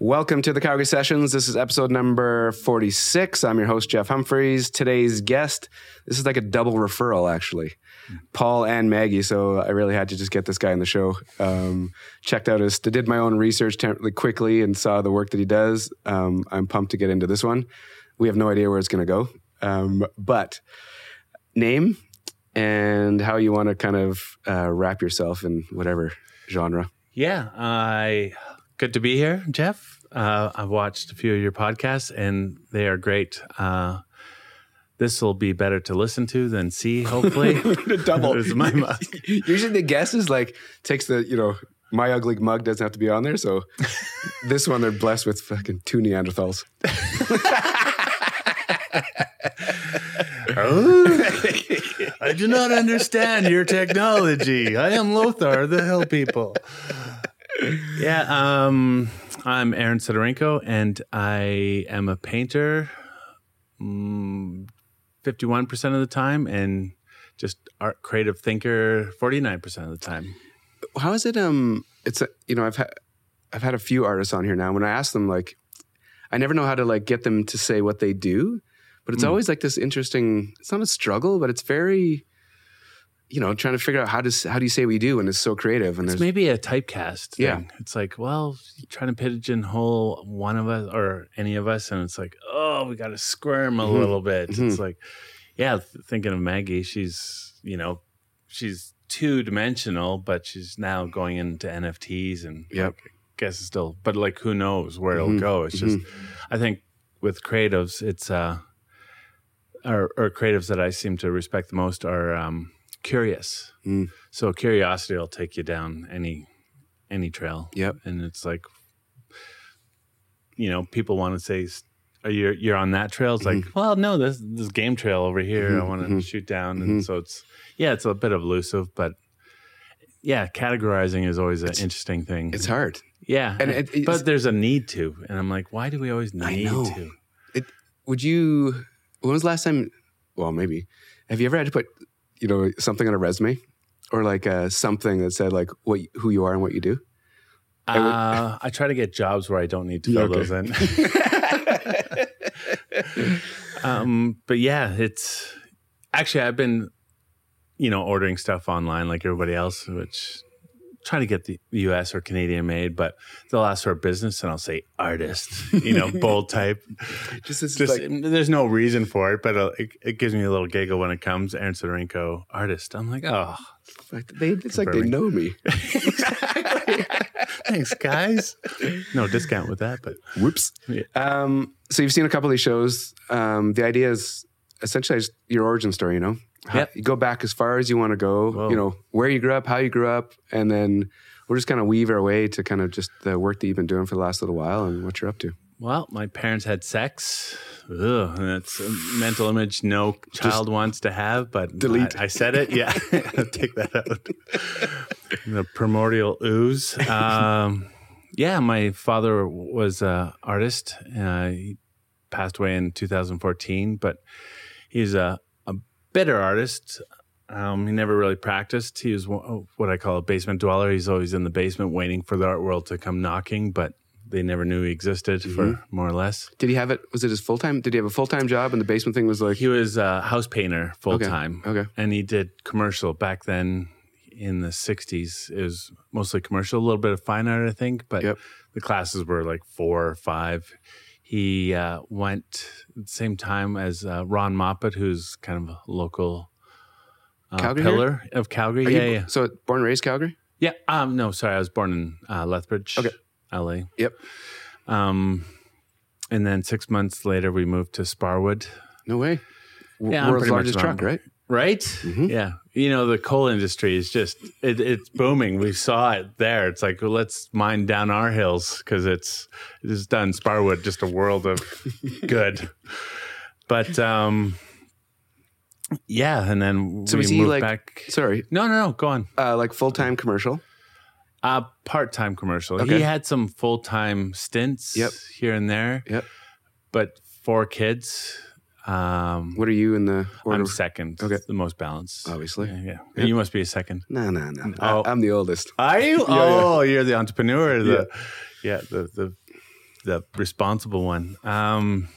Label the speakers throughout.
Speaker 1: Welcome to the Calgary Sessions. This is episode number 46. I'm your host, Jeff Humphreys. Today's guest, this is like a double referral, actually. Paul and Maggie. So I really had to just get this guy in the show. Um, checked out his, did my own research temporarily quickly and saw the work that he does. Um, I'm pumped to get into this one. We have no idea where it's going to go. Um, but name and how you want to kind of uh, wrap yourself in whatever genre.
Speaker 2: Yeah, I good to be here, Jeff. Uh, I've watched a few of your podcasts, and they are great. Uh, this will be better to listen to than see. Hopefully,
Speaker 1: Double.
Speaker 2: It's my mug.
Speaker 1: Usually the guess is like takes the you know my ugly mug doesn't have to be on there. So this one they're blessed with fucking two Neanderthals.
Speaker 2: I do not understand your technology. I am Lothar, the Hill People. Yeah, um, I'm Aaron Sidorenko, and I am a painter mm, 51% of the time, and just art creative thinker 49% of the time.
Speaker 1: How is it? Um, it's a, you know I've had I've had a few artists on here now. When I ask them like, I never know how to like get them to say what they do, but it's always like this interesting. It's not a struggle, but it's very. You know, trying to figure out how to s- how do you say we do, and it's so creative. And
Speaker 2: It's
Speaker 1: there's
Speaker 2: maybe a typecast. Thing.
Speaker 1: Yeah.
Speaker 2: It's like, well, you're trying to pigeonhole one of us or any of us, and it's like, oh, we got to squirm a
Speaker 1: Mhm.
Speaker 2: little bit.
Speaker 1: Mhm.
Speaker 2: It's like, yeah, th- thinking of Maggie, she's, you know, she's two dimensional, but she's now going into NFTs and
Speaker 1: Yep.
Speaker 2: like, I guess it's still, but like, who knows where
Speaker 1: Mhm.
Speaker 2: it'll go? It's just,
Speaker 1: Mm-hmm.
Speaker 2: I think with creatives, it's, uh, or, or creatives that I seem to respect the most are um, curious.
Speaker 1: Mm.
Speaker 2: So curiosity will take you down any any trail.
Speaker 1: Yep.
Speaker 2: And it's like, you know, people want to say, s- "Are you you're on that trail?" It's like,
Speaker 1: Mm-hmm.
Speaker 2: well, no, this this game trail over here, I
Speaker 1: Mhm,
Speaker 2: want to
Speaker 1: mhm.
Speaker 2: shoot down,
Speaker 1: Mhm.
Speaker 2: and so it's yeah, it's a bit elusive, but yeah, categorizing is always an interesting thing.
Speaker 1: it's hard.
Speaker 2: yeah,
Speaker 1: and it- it's-
Speaker 2: but there's a need to, and I'm like, why do we always
Speaker 1: I
Speaker 2: need
Speaker 1: know.
Speaker 2: to?
Speaker 1: would you when was the last time well maybe have you ever had to put you know something on a resume or like uh, something that said like what who you are and what you do I would-
Speaker 2: Uh, I try to get jobs where I don't need to
Speaker 1: Yeah,
Speaker 2: fill those in. um, but yeah, it's actually I've been, you know, ordering stuff online like everybody else, which trying to get the U.S. or Canadian made, but they'll ask for a business and I'll say artist, you know, bold type.
Speaker 1: just this
Speaker 2: Just
Speaker 1: like
Speaker 2: there's no reason for it, but uh, it, it gives me a little giggle when it comes. Aaron Sidorenko, artist. I'm like, oh,
Speaker 1: like, they, it's like they
Speaker 2: Confirming.
Speaker 1: know me
Speaker 2: thanks, guys. no discount with that, but
Speaker 1: whoops
Speaker 2: Yeah.
Speaker 1: um, so you've seen a couple of these shows um, the idea is essentially just your origin story you know How-
Speaker 2: Yep.
Speaker 1: you go back as far as you want to go
Speaker 2: Whoa.
Speaker 1: you know where you grew up how you grew up and then we'll just kind of weave our way to kind of just the work that you've been doing for the last little while and what you're up to
Speaker 2: Well, my parents had sex. Ugh, that's a mental image no child wants to have, but
Speaker 1: Delete.
Speaker 2: I, I said it. Yeah, take that out. the primordial ooze. Um, yeah, my father was an artist. Uh, he passed away in 2014, but he's a, a bitter artist. Um, he never really practiced. He was wha- what I call a basement dweller. He's always in the basement waiting for the art world to come knocking, but they never knew he existed for
Speaker 1: Mm-hmm.
Speaker 2: more or less.
Speaker 1: Did he have it? Was it his full time? Did he have a full time job? And the basement thing was like,
Speaker 2: He was a house painter full
Speaker 1: Okay,
Speaker 2: time.
Speaker 1: okay.
Speaker 2: And he did commercial back then in the 60s. It was mostly commercial, a little bit of fine art, I think, but
Speaker 1: Yep.
Speaker 2: the classes were like four or five. He uh, went at the same time as uh, Ron Moppet, who's kind of a local uh,
Speaker 1: Calgary here?
Speaker 2: pillar of Calgary.
Speaker 1: Are you-
Speaker 2: yeah, yeah.
Speaker 1: So born and raised Calgary.
Speaker 2: Yeah. Um. No. Sorry, I was born in uh, Lethbridge,
Speaker 1: Okay.
Speaker 2: LA.
Speaker 1: Yep.
Speaker 2: Um, and then six months later, we moved to Sparwood.
Speaker 1: No way. W-
Speaker 2: Yeah, I'm
Speaker 1: World's
Speaker 2: pretty much
Speaker 1: largest
Speaker 2: around.
Speaker 1: truck, right?
Speaker 2: Right?
Speaker 1: Mhm.
Speaker 2: Yeah. You know, the coal industry is just it, it's booming. We saw it there. It's like well, let's mine down our hills because it's it's done Sparwood just a world of good. But um, yeah, and then
Speaker 1: So
Speaker 2: we
Speaker 1: was he,
Speaker 2: moved
Speaker 1: like-
Speaker 2: back.
Speaker 1: Sorry,
Speaker 2: No, no, no. Go on.
Speaker 1: uh, like full time commercial.
Speaker 2: Uh, part time commercial.
Speaker 1: Okay.
Speaker 2: He had some full time stints
Speaker 1: Yep.
Speaker 2: here and there.
Speaker 1: Yep.
Speaker 2: But four kids. Um,
Speaker 1: What are you in the order?
Speaker 2: I'm second.
Speaker 1: Okay.
Speaker 2: It's the most balanced.
Speaker 1: Obviously.
Speaker 2: Yeah. yeah. You must be a second.
Speaker 1: No, no, no.
Speaker 2: Oh.
Speaker 1: I, I'm the oldest.
Speaker 2: Are you?
Speaker 1: Yeah, yeah.
Speaker 2: oh, you're the entrepreneur. The, yeah. The, the the responsible one. Um,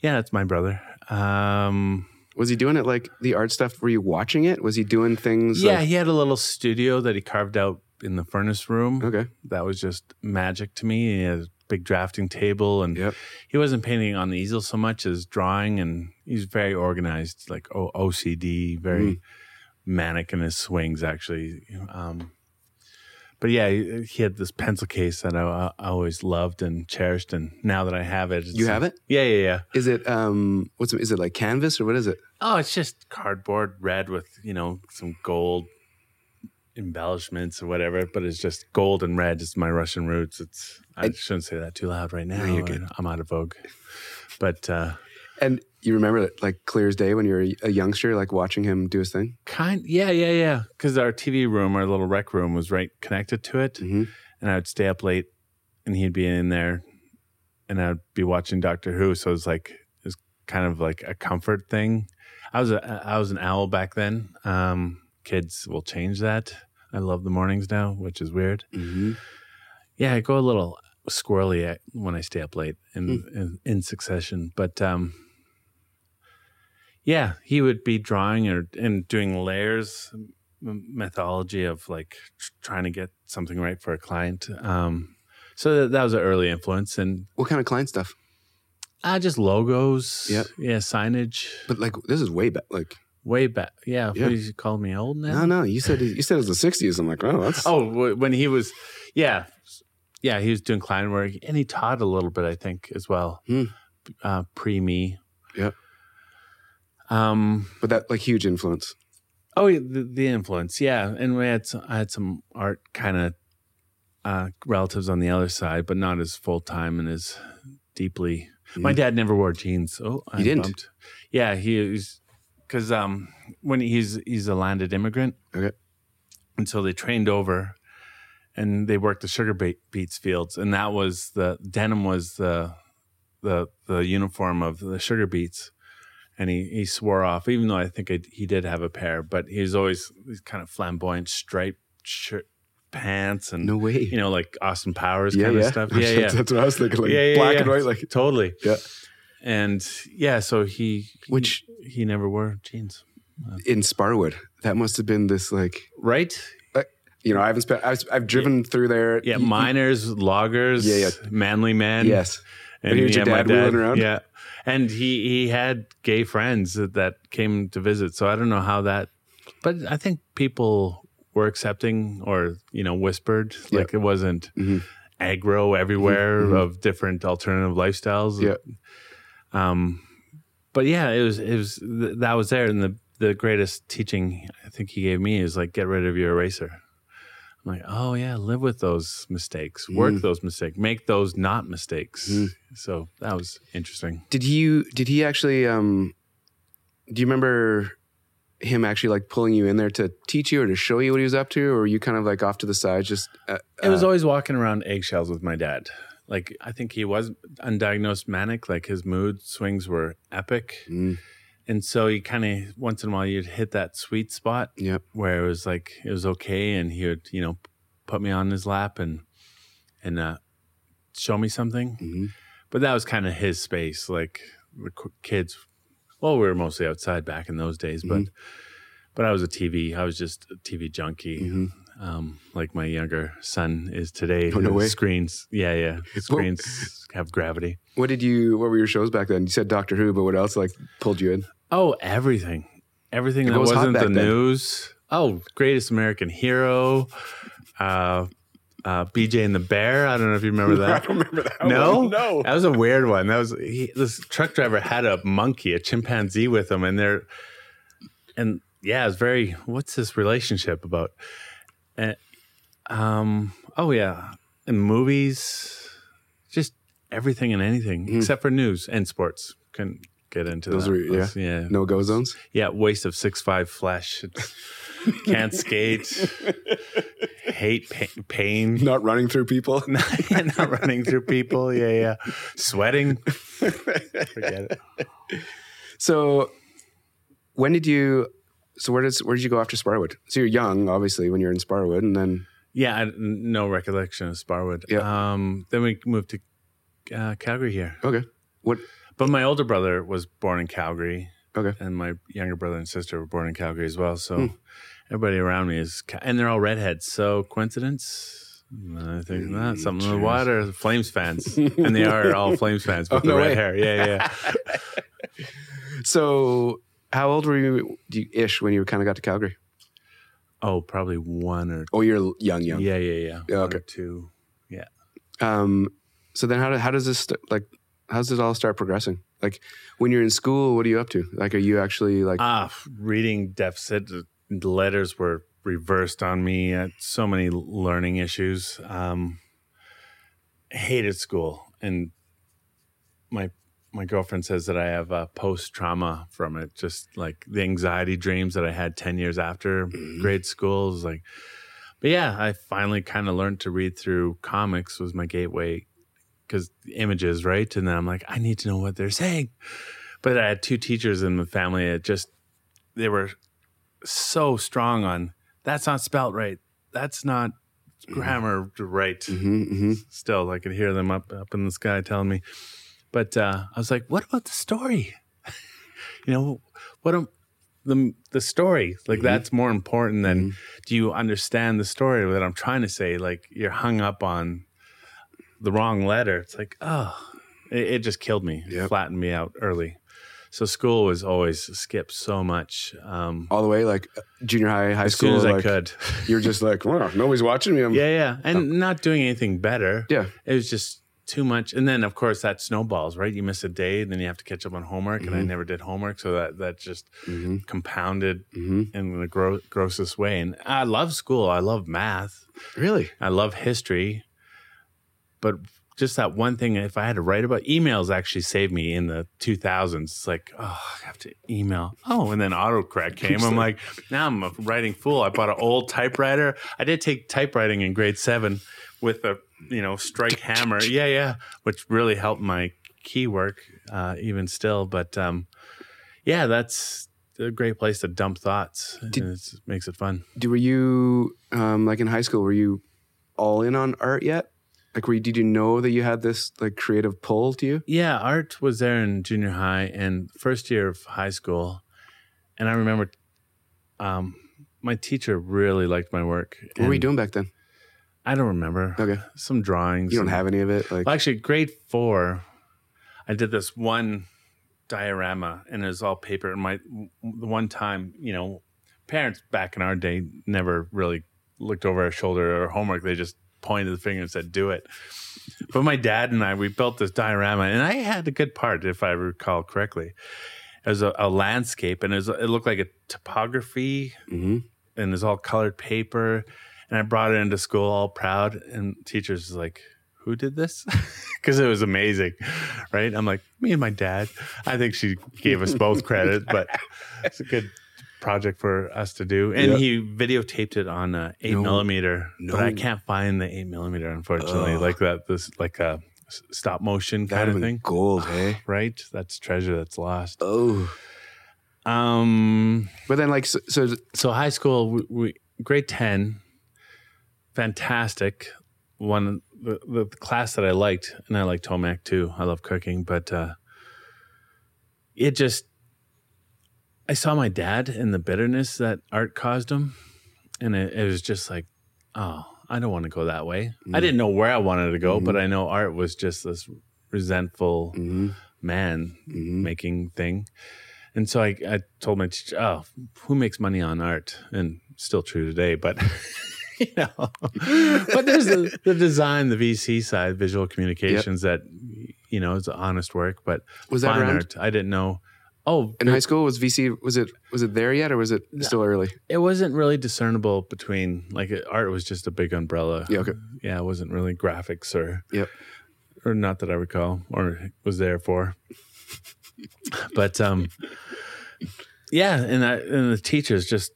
Speaker 2: yeah, that's my brother. Um,
Speaker 1: Was he doing it like the art stuff? Were you watching it? Was he doing things?
Speaker 2: yeah,
Speaker 1: Like,
Speaker 2: he had a little studio that he carved out in the furnace room.
Speaker 1: okay.
Speaker 2: That was just magic to me. He had a big drafting table, and
Speaker 1: Yep.
Speaker 2: he wasn't painting on the easel so much as drawing. And he's very organized, like o- OCD, very
Speaker 1: Mm.
Speaker 2: manic in his swings, actually. Um, but yeah, he, he had this pencil case that I, I always loved and cherished, and now that I have it, it's
Speaker 1: You have it?
Speaker 2: Yeah, yeah, yeah.
Speaker 1: Is it um? What's is it like canvas or what is it?
Speaker 2: Oh, it's just cardboard red with, you know, some gold embellishments or whatever, but it's just gold and red. It's my Russian roots. It's I,
Speaker 1: I-
Speaker 2: shouldn't say that too loud right now.
Speaker 1: you're
Speaker 2: I
Speaker 1: good.
Speaker 2: know I'm out of vogue. But uh
Speaker 1: And you remember it like clear as day when you were a youngster, like watching him do his thing.
Speaker 2: kind yeah, yeah, yeah. Cuz our TV room, our little rec room was right connected to it,
Speaker 1: Mm-hmm.
Speaker 2: and I would stay up late and he'd be in there and I'd be watching Doctor Who, so it's like it's kind of like a comfort thing. I was a I was an owl back then. Um, kids will change that. I love the mornings now, which is weird.
Speaker 1: Mm-hmm.
Speaker 2: Yeah, I go a little squirrely at- when I stay up late in
Speaker 1: Hmm.
Speaker 2: in, in succession, but um, yeah, he would be drawing or and doing layers m- methodology of like tr- trying to get something right for a client. Um, so that, that was an early influence, and
Speaker 1: What kind of client stuff?
Speaker 2: uh, just logos,
Speaker 1: Yep.
Speaker 2: yeah, signage,
Speaker 1: But like this is way back. Like
Speaker 2: way back. Yeah,
Speaker 1: Yeah.
Speaker 2: what do you call me old now?
Speaker 1: no, no. You said you said it was the '60s. I'm like, oh, that's
Speaker 2: Oh, w- when he was, yeah, yeah, he was doing client work, and he taught a little bit, I think, as well,
Speaker 1: Hmm.
Speaker 2: uh, pre me.
Speaker 1: Yep.
Speaker 2: Um.
Speaker 1: but that like huge influence.
Speaker 2: Oh, yeah, the, the influence, yeah, and we had some, I had some art kind of uh, relatives on the other side, but not as full time and as deeply. My
Speaker 1: Mhm.
Speaker 2: dad never wore jeans. Oh, I
Speaker 1: He didn't?
Speaker 2: bumped. Yeah, he was because um, when he's he's a landed immigrant,
Speaker 1: Okay.
Speaker 2: and so they trained over, and they worked the sugar ba- beets fields, and that was the denim was the the the uniform of the sugar beets. And he, he swore off, even though I think I, he did have a pair, but he was always these kind of flamboyant striped shirt pants and
Speaker 1: No way.
Speaker 2: Mm. you know, like Austin Powers kind of stuff. Yeah, yeah,
Speaker 1: That's what I was thinking. Like
Speaker 2: Yeah, yeah,
Speaker 1: black
Speaker 2: yeah.
Speaker 1: and white. Like
Speaker 2: totally.
Speaker 1: Yeah.
Speaker 2: and yeah, so he
Speaker 1: Which-
Speaker 2: he, he never wore jeans,
Speaker 1: in Sparwood, that must have been this like.
Speaker 2: right?
Speaker 1: You know, I haven't spent. I've, I've driven through there.
Speaker 2: Yeah,
Speaker 1: You- you-
Speaker 2: miners, loggers,
Speaker 1: Yeah, yeah.
Speaker 2: manly men.
Speaker 1: Yes.
Speaker 2: and
Speaker 1: here's
Speaker 2: yeah,
Speaker 1: your
Speaker 2: my
Speaker 1: dad wheeling around.
Speaker 2: Yeah, and he he had gay friends that, that came to visit. So I don't know how that, but I think people were accepting or you know whispered
Speaker 1: Yeah.
Speaker 2: like it wasn't
Speaker 1: Mhm.
Speaker 2: aggro everywhere
Speaker 1: Mhm, mhm.
Speaker 2: of different alternative lifestyles.
Speaker 1: Yeah.
Speaker 2: Um, but yeah, it was it was th- that was there, and the the greatest teaching I think he gave me is like get rid of your eraser. I'm like, oh yeah, live with those mistakes, work
Speaker 1: Mm.
Speaker 2: those mistakes, make those not mistakes.
Speaker 1: Mm.
Speaker 2: So that was interesting.
Speaker 1: Did you? Did he actually? Um, do you remember him actually like pulling you in there to teach you or to show you what he was up to, or were you kind of like off to the side? Just uh,
Speaker 2: It was
Speaker 1: uh,
Speaker 2: always walking around eggshells with my dad. Like I think he was undiagnosed manic. Like his mood swings were epic,
Speaker 1: mm,
Speaker 2: and so he kind of once in a while you'd hit that sweet spot
Speaker 1: yep.
Speaker 2: where it was like it was okay, and he would you know put me on his lap and and uh, show me something.
Speaker 1: mhm.
Speaker 2: But that was kind of his space. Like the qu- kids, well, we were mostly outside back in those days, but but I was a TV. I was just a TV junkie,
Speaker 1: Mhm.
Speaker 2: um, like my younger son is today.
Speaker 1: Oh, no
Speaker 2: The
Speaker 1: way.
Speaker 2: Screens, yeah, yeah. The Screens have gravity.
Speaker 1: What did you? What were your shows back then? You said Doctor Who, but what else like pulled you in?
Speaker 2: Oh, everything, everything
Speaker 1: It
Speaker 2: that
Speaker 1: was hot
Speaker 2: wasn't
Speaker 1: back
Speaker 2: the
Speaker 1: then.
Speaker 2: news. Oh, Greatest American Hero, uh, uh, BJ and the Bear. I don't know if you remember that.
Speaker 1: remember that.
Speaker 2: No,
Speaker 1: one. no.
Speaker 2: that was a weird one. That was he, this truck driver had a monkey, a chimpanzee with him, and they're and yeah, it's very. What's this relationship about? And, um. Oh yeah, and movies, just everything and anything
Speaker 1: Mhm.
Speaker 2: except for news and sports. Couldn't get into
Speaker 1: Those
Speaker 2: that.
Speaker 1: were- yeah.
Speaker 2: That's- yeah,
Speaker 1: No go zones.
Speaker 2: yeah. Waste of six five flesh. It's, can't skate. Hate pa- pain
Speaker 1: Not running through people.
Speaker 2: not running through people. Yeah, yeah. Sweating. Forget it.
Speaker 1: So when did you? So where does where did you go after Sparwood? So you're young, obviously, when you're in Sparwood, and then
Speaker 2: Yeah, I, no recollection of Sparwood.
Speaker 1: Yeah.
Speaker 2: Um, then we moved to uh, Calgary here.
Speaker 1: Okay. What?
Speaker 2: But my older brother was born in Calgary.
Speaker 1: Okay.
Speaker 2: And my younger brother and sister were born in Calgary as well. So
Speaker 1: Hmm.
Speaker 2: everybody around me is, Ca- and they're all redheads. So coincidence? I think
Speaker 1: Mm,
Speaker 2: not. Something in the water. Flames fans. and they are all Flames fans, but
Speaker 1: Oh,
Speaker 2: the
Speaker 1: no
Speaker 2: red
Speaker 1: way.
Speaker 2: hair. Yeah, yeah.
Speaker 1: So, how old were you, do you ish when you kind of got to Calgary?
Speaker 2: oh, probably one or
Speaker 1: Oh, you're young, young.
Speaker 2: Yeah, yeah, yeah.
Speaker 1: Yeah,
Speaker 2: One or
Speaker 1: okay.
Speaker 2: Two.
Speaker 1: Um, so then, how, do, how does this st- like? How does it all start progressing? Like when you're in school, what are you up to? Like, are you actually like?
Speaker 2: Ah, reading deficit the letters were reversed on me. I had so many learning issues. Um, hated school, and my my girlfriend says that I have uh, post trauma from it. Just like the anxiety dreams that I had ten years after grade school is like. But yeah, I finally kind of learned to read through comics was my gateway because images, right? And then I'm like, I need to know what they're saying. But I had two teachers in the family that just they were so strong on that's not spelt right. That's not grammar right.
Speaker 1: hmm hmm
Speaker 2: Still, I could hear them up up in the sky telling me. But uh, I was like, what about the story? you know, what am the the story like?
Speaker 1: Mm-hmm.
Speaker 2: That's more important than do you understand the story that I'm trying to say? Like you're hung up on the wrong letter. It's like oh, it, it just killed me,
Speaker 1: Yep.
Speaker 2: flattened me out early. So school was always skipped so much. Um,
Speaker 1: All the way like uh, junior high, high
Speaker 2: as
Speaker 1: school.
Speaker 2: soon as I
Speaker 1: like, um,
Speaker 2: could.
Speaker 1: You're just like, well, nobody's watching me. I'm,
Speaker 2: yeah, yeah, and not doing anything better.
Speaker 1: yeah.
Speaker 2: it was just too much and then of course that snowballs right you miss a day and then you have to catch up on homework and i never did homework so that that just
Speaker 1: hmm
Speaker 2: compounded
Speaker 1: hmm
Speaker 2: in the gro- grossest way and i love school i love math
Speaker 1: Really?
Speaker 2: i love history but just that one thing if i had to write about emails actually saved me in the 2000s it's like oh i have to email oh and then autocorrect came i'm like now i'm a writing fool i bought an old typewriter i did take typewriting in grade seven with a you know strike hammer yeah yeah which really helped my key work uh, even still but um, yeah that's a great place to dump thoughts
Speaker 1: Did-
Speaker 2: and it's, makes it fun
Speaker 1: Do were you um, like in high school? Were you all in on art yet? Like, were you, did you know that you had this like creative pull to you?
Speaker 2: Yeah, art was there in junior high and first year of high school. And I remember um, my teacher really liked my work.
Speaker 1: What were you
Speaker 2: and
Speaker 1: doing back then?
Speaker 2: I don't remember.
Speaker 1: Okay,
Speaker 2: Some drawings.
Speaker 1: you don't
Speaker 2: and-
Speaker 1: have any of it. Like,
Speaker 2: well, actually, grade four, I did this one diorama, and it was all paper. And my the one time, you know, parents back in our day never really looked over our shoulder or homework. They just pointed the finger and said, "Do it." But my dad and I, we built this diorama, and I had a good part, if I recall correctly. It was a, a landscape, and it, was, it looked like a topography
Speaker 1: hmm
Speaker 2: and it's all colored paper. And I brought it into school all proud. And teachers was like, who did this? Because it was amazing, right? I'm like, me and my dad. I think she gave us both credit, but it's a good project for us to do. And
Speaker 1: Yeah.
Speaker 2: he videotaped it on uh, eight
Speaker 1: No.
Speaker 2: millimeter,
Speaker 1: No.
Speaker 2: but I can't find the eight millimeter, unfortunately.
Speaker 1: Ugh.
Speaker 2: Like that, this like a s- stop motion
Speaker 1: that
Speaker 2: kind of thing,
Speaker 1: gold, hey?
Speaker 2: right? That's treasure that's lost.
Speaker 1: Oh,
Speaker 2: Um,
Speaker 1: but then like so, so
Speaker 2: so high school we, we grade 10 fantastic one the, the class that i liked and i like tomac too i love cooking but uh it just i saw my dad and the bitterness that art caused him and it, it was just like oh i don't want to go that way i
Speaker 1: Mm.
Speaker 2: didn't know where i wanted to go
Speaker 1: Mhm.
Speaker 2: but i know art was just this resentful
Speaker 1: mhm,
Speaker 2: man
Speaker 1: mhm.
Speaker 2: making thing. And so I, I told my teacher, oh, who makes money on art? And still true today, but you know, but there's the, the design, the VC side, visual communications that, you know, is honest work, but
Speaker 1: was that
Speaker 2: fine
Speaker 1: around
Speaker 2: art, I didn't know. Oh,
Speaker 1: in high school? Was VC was it was it there yet or was it still early?
Speaker 2: it wasn't really discernible between like uh, art was just a big umbrella.
Speaker 1: Yeah, okay.
Speaker 2: Yeah, it wasn't really graphics or
Speaker 1: Yep.
Speaker 2: or not that I recall or was there for. but um yeah, and I, and the teachers just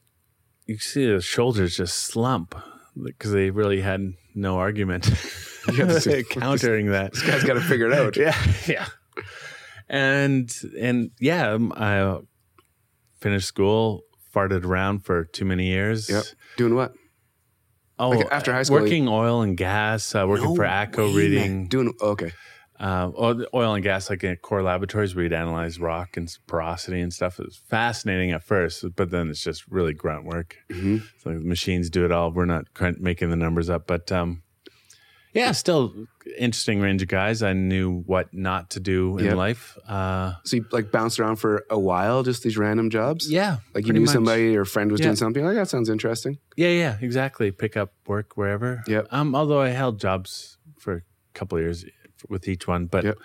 Speaker 2: you see the shoulders just slump because they really had no argument
Speaker 1: You have to see-
Speaker 2: countering that.
Speaker 1: This guy's got to figure it out.
Speaker 2: Yeah, yeah. And and yeah, um, I finished school, farted around for too many years.
Speaker 1: Yep. Doing what?
Speaker 2: Oh,
Speaker 1: Like after high school, you-
Speaker 2: working oil and gas, uh, working
Speaker 1: No
Speaker 2: for ACCO,
Speaker 1: way, man.
Speaker 2: reading
Speaker 1: Doing okay.
Speaker 2: uh, oil oil and gas, like at core laboratories, we'd analyze rock and porosity and stuff. It was fascinating at first, but then it's just really grunt work.
Speaker 1: Mhm.
Speaker 2: It's like the machines do it all. We're not cr- making the numbers up, but um, yeah, still interesting range of guys. I knew what not to do in
Speaker 1: Yep.
Speaker 2: life. Uh,
Speaker 1: So you like bounced around for a while, just these random jobs.
Speaker 2: yeah,
Speaker 1: Like you
Speaker 2: pretty
Speaker 1: knew
Speaker 2: much.
Speaker 1: somebody or a friend was
Speaker 2: Yeah.
Speaker 1: doing something. Like "Oh, that sounds interesting.
Speaker 2: Yeah, yeah, exactly. Pick up work wherever.
Speaker 1: Yep.
Speaker 2: Um, although I held jobs for a couple of years with each one, but
Speaker 1: Yep.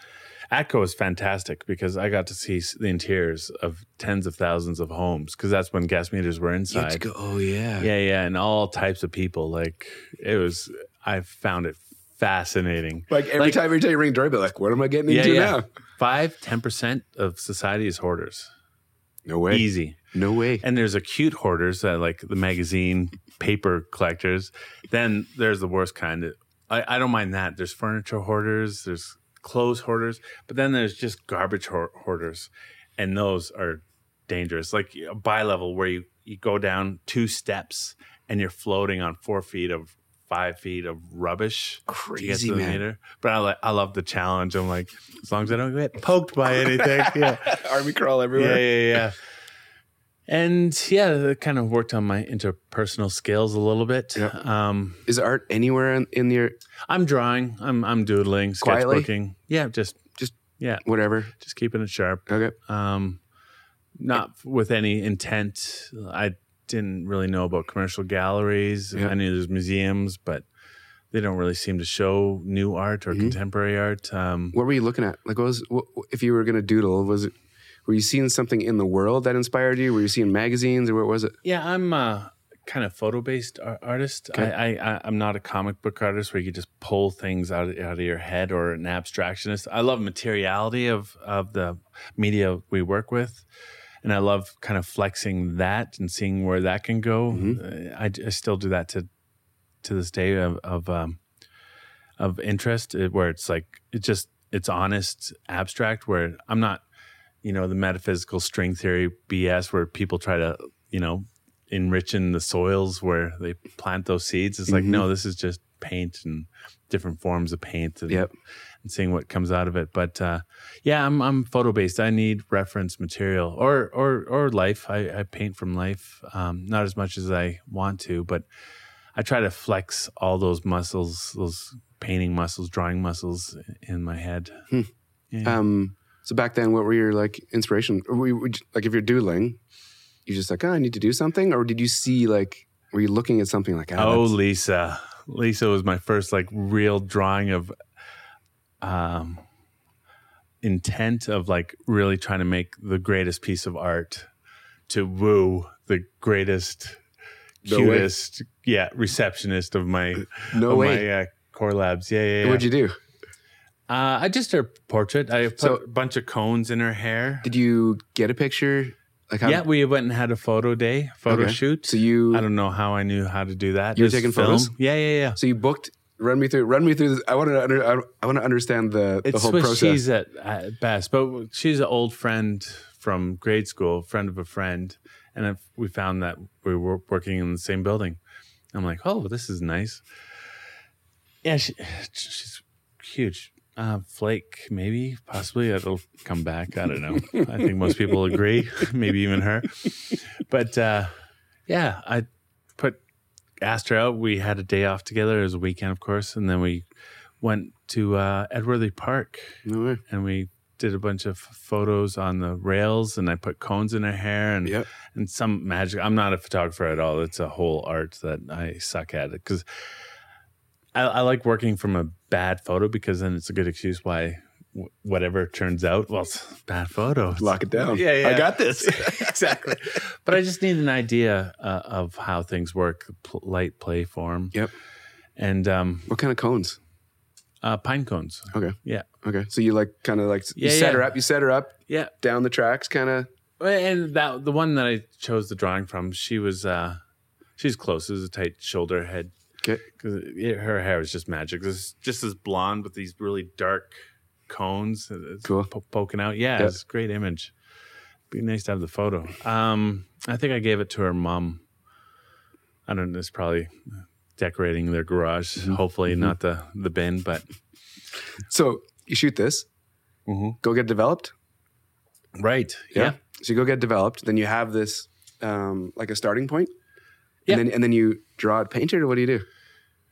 Speaker 2: ATCO was fantastic because I got to see s- the interiors of tens of thousands of homes because that's when gas meters were inside.
Speaker 1: Oh yeah.
Speaker 2: Yeah, yeah, and all types of people. Like it was, I found it fascinating.
Speaker 1: Like every
Speaker 2: Like-
Speaker 1: time, every time you ring the doorbell, like what am I getting
Speaker 2: Yeah,
Speaker 1: into
Speaker 2: yeah.
Speaker 1: now?
Speaker 2: Five, ten percent of society is hoarders.
Speaker 1: No way.
Speaker 2: Easy.
Speaker 1: No way.
Speaker 2: And there's acute hoarders that like the magazine paper collectors. Then there's the worst kind. That, I, I don't mind that. There's furniture hoarders. There's clothes hoarders. But then there's just garbage hoar- hoarders, and those are dangerous. Like a bi level where you you go down two steps and you're floating on four feet of five feet of rubbish. to get
Speaker 1: Crazy
Speaker 2: to the
Speaker 1: man.
Speaker 2: meter. But I like I love the challenge. I'm like as long as I don't get poked by anything. Yeah.
Speaker 1: Army crawl
Speaker 2: Yeah,
Speaker 1: everywhere.
Speaker 2: yeah, yeah. And yeah, that kind of worked on my interpersonal skills a little bit.
Speaker 1: Yep.
Speaker 2: Um,
Speaker 1: Is art anywhere in, in your
Speaker 2: I'm drawing. I'm I'm doodling,
Speaker 1: Quietly?
Speaker 2: sketchbooking. Yeah, just
Speaker 1: Just-
Speaker 2: yeah,
Speaker 1: whatever?
Speaker 2: just keeping it sharp.
Speaker 1: Okay.
Speaker 2: Um, not with any intent. I didn't really know about commercial galleries.
Speaker 1: Yeah.
Speaker 2: I knew there's museums, but they don't really seem to show new art or
Speaker 1: Mhm.
Speaker 2: contemporary art. Um,
Speaker 1: What were you looking at? Like, what was what, if you were gonna doodle? Was it were you seeing something in the world that inspired you? Were you seeing magazines or what was it?
Speaker 2: Yeah, I'm a kind of photo based ar- artist.
Speaker 1: Okay.
Speaker 2: I, I, I I'm not a comic book artist where you just pull things out of, out of your head or an abstractionist. I love materiality of of the media we work with. And I love kind of flexing that and seeing where that can go. Uh, I, I still do that to to this day of of, um, of interest, uh, where it's like it just it's honest, abstract. Where I'm not you know, the metaphysical string theory BS where people try to, you know, enrich in the soils where they plant those seeds. It's like,
Speaker 1: Mhm.
Speaker 2: no, this is just paint and different forms of paint and,
Speaker 1: Yep.
Speaker 2: and seeing what comes out of it. But uh, yeah, I'm I'm photo based. I need reference material or or or life. I, I paint from life. Um, not as much as I want to, but I try to flex all those muscles, those painting muscles, drawing muscles in my head.
Speaker 1: Hmm.
Speaker 2: Yeah.
Speaker 1: Um, so back then, what were your like inspiration? Or were you, would you- like if you're doodling, you just like, oh, I need to do something, or did you see like were you looking at something like, "Ah,
Speaker 2: Oh,
Speaker 1: that's-
Speaker 2: Lisa. Lisa was my first like real drawing of um intent of like really trying to make the greatest piece of art to woo the greatest
Speaker 1: No way.
Speaker 2: cutest yeah receptionist of my
Speaker 1: no
Speaker 2: of
Speaker 1: way?
Speaker 2: my uh, core labs yeah yeah, yeah.
Speaker 1: What'd you do?
Speaker 2: uh i just her portrait i put
Speaker 1: So-
Speaker 2: a bunch of cones in her hair
Speaker 1: Did you get a picture? Like how?
Speaker 2: yeah we went and had a photo day photo
Speaker 1: Okay.
Speaker 2: shoot
Speaker 1: So you
Speaker 2: i don't know how i knew how to do that
Speaker 1: You were
Speaker 2: Just
Speaker 1: taking
Speaker 2: film.
Speaker 1: photos?
Speaker 2: yeah yeah yeah
Speaker 1: so you booked. Run me through. Run me through. This. I want to. Under, I, I want to understand the, the
Speaker 2: It's
Speaker 1: whole
Speaker 2: what
Speaker 1: process.
Speaker 2: she's at, at best, but she's an old friend from grade school, friend of a friend, and if we found that we were working in the same building. I'm like, oh, this is nice. Yeah, she, she's huge. Uh, flake, maybe, possibly it'll come back. I don't know. I think most people agree, maybe even her. But uh, yeah, I put asked her out. We had a day off together. It was a weekend, of course, and then we went to uh, Edworthy Park
Speaker 1: no way.
Speaker 2: and we did a bunch of photos on the rails and I put cones in her hair and
Speaker 1: Yep.
Speaker 2: and some magic. I'm not a photographer at all. It's a whole art that I suck at it because I, I like working from a bad photo because then it's a good excuse why w- whatever turns out. Well, it's a bad photo. It's-
Speaker 1: Lock it down.
Speaker 2: Yeah, yeah.
Speaker 1: I got this.
Speaker 2: exactly. But I just need an idea uh, of how things work, pl- light, play, form.
Speaker 1: Yep.
Speaker 2: And um,
Speaker 1: what kind of cones?
Speaker 2: uh, pine cones.
Speaker 1: Okay.
Speaker 2: Yeah.
Speaker 1: Okay. So you like kind of like
Speaker 2: Yeah,
Speaker 1: you set her
Speaker 2: yeah.
Speaker 1: up. You set her up
Speaker 2: Yeah.
Speaker 1: down the tracks, kind of.
Speaker 2: And that the one that I chose the drawing from, she was uh she's close. It was a tight shoulder head
Speaker 1: Okay.
Speaker 2: because her hair is just magic. It's just as blonde with these really dark cones that's
Speaker 1: Cool.
Speaker 2: po- poking out. Yeah,
Speaker 1: Yeah.
Speaker 2: it's a great image. Be nice to have the photo. Um, I think I gave it to her mom. I don't know. It's probably decorating their garage. Hopefully, not the the bin, but
Speaker 1: So you shoot this,
Speaker 2: Mhm.
Speaker 1: go get developed.
Speaker 2: Right.
Speaker 1: So you go get developed, then you have this um, like a starting point,
Speaker 2: Yeah.
Speaker 1: and then and then you draw it painted, or what do you do?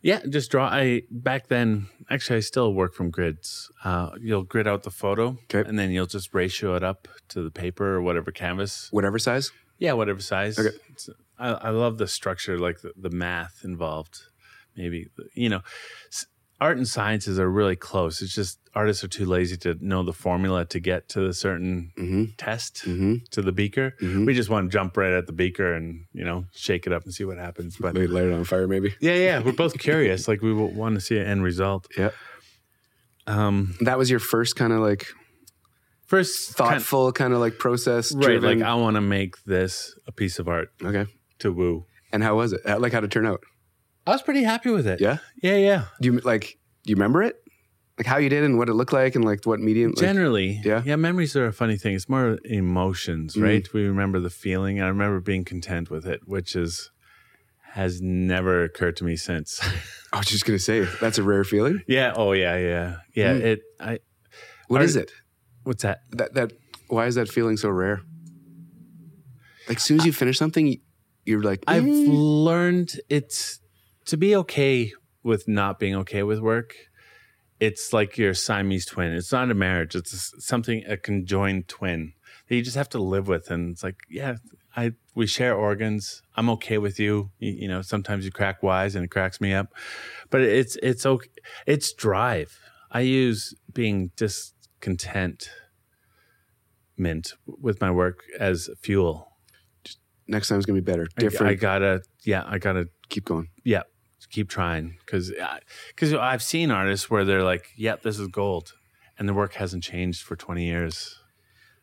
Speaker 2: Yeah, just draw. I back then, actually, I still work from grids. Uh, you'll grid out the photo,
Speaker 1: 'Kay.
Speaker 2: and then you'll just ratio it up to the paper or whatever canvas.
Speaker 1: Whatever size.
Speaker 2: Yeah, whatever size.
Speaker 1: Okay.
Speaker 2: It's- I, I love the structure, like the, the math involved. Maybe you know, s- art and sciences are really close. It's just artists are too lazy to know the formula to get to the certain
Speaker 1: Mm-hmm.
Speaker 2: test
Speaker 1: Mm-hmm.
Speaker 2: to the beaker.
Speaker 1: Mhm.
Speaker 2: We just want to jump right at the beaker and you know shake it up and see what happens. But
Speaker 1: Maybe light it on fire, maybe.
Speaker 2: yeah, yeah. We're both curious. Like we w- want to see an end result.
Speaker 1: Yeah.
Speaker 2: Um,
Speaker 1: That was your first kind of like
Speaker 2: first kind-
Speaker 1: thoughtful, kind of like process
Speaker 2: right?
Speaker 1: driven.
Speaker 2: Like I want to make this a piece of art
Speaker 1: okay.
Speaker 2: to woo.
Speaker 1: And how was it? How, like how did it turn out?
Speaker 2: I was pretty happy with it.
Speaker 1: Yeah.
Speaker 2: yeah, yeah.
Speaker 1: Do you like? Do you remember it? Like how you did and what it looked like and like what medium? Like,
Speaker 2: Generally,
Speaker 1: yeah.
Speaker 2: yeah. Memories are a funny thing. It's more emotions,
Speaker 1: Mhm.
Speaker 2: right? We remember the feeling. I remember being content with it, which is has never occurred to me since.
Speaker 1: I was just gonna say that's a rare feeling.
Speaker 2: yeah. Oh, yeah, yeah, yeah.
Speaker 1: Mm.
Speaker 2: It. I.
Speaker 1: What
Speaker 2: Are-
Speaker 1: is it?
Speaker 2: What's that?
Speaker 1: That that why is that feeling so rare? Like as soon as you finish something, you're like,
Speaker 2: I've
Speaker 1: "Mm."
Speaker 2: learned it's to be okay with not being okay with work. It's like your Siamese twin. It's not a marriage. It's s- something a conjoined twin that you just have to live with. And it's like, yeah, I we share organs. I'm okay with you. You, you know, sometimes you crack wise and it cracks me up, but it's it's okay. It's drive. I use being discontent mint with my work as fuel.
Speaker 1: next time's gonna be better,
Speaker 2: I- I,
Speaker 1: different.
Speaker 2: gotta, yeah, I gotta
Speaker 1: Keep going.
Speaker 2: keep trying because because I've seen artists where they're like, "Yep, this is gold," and the work hasn't changed for twenty years.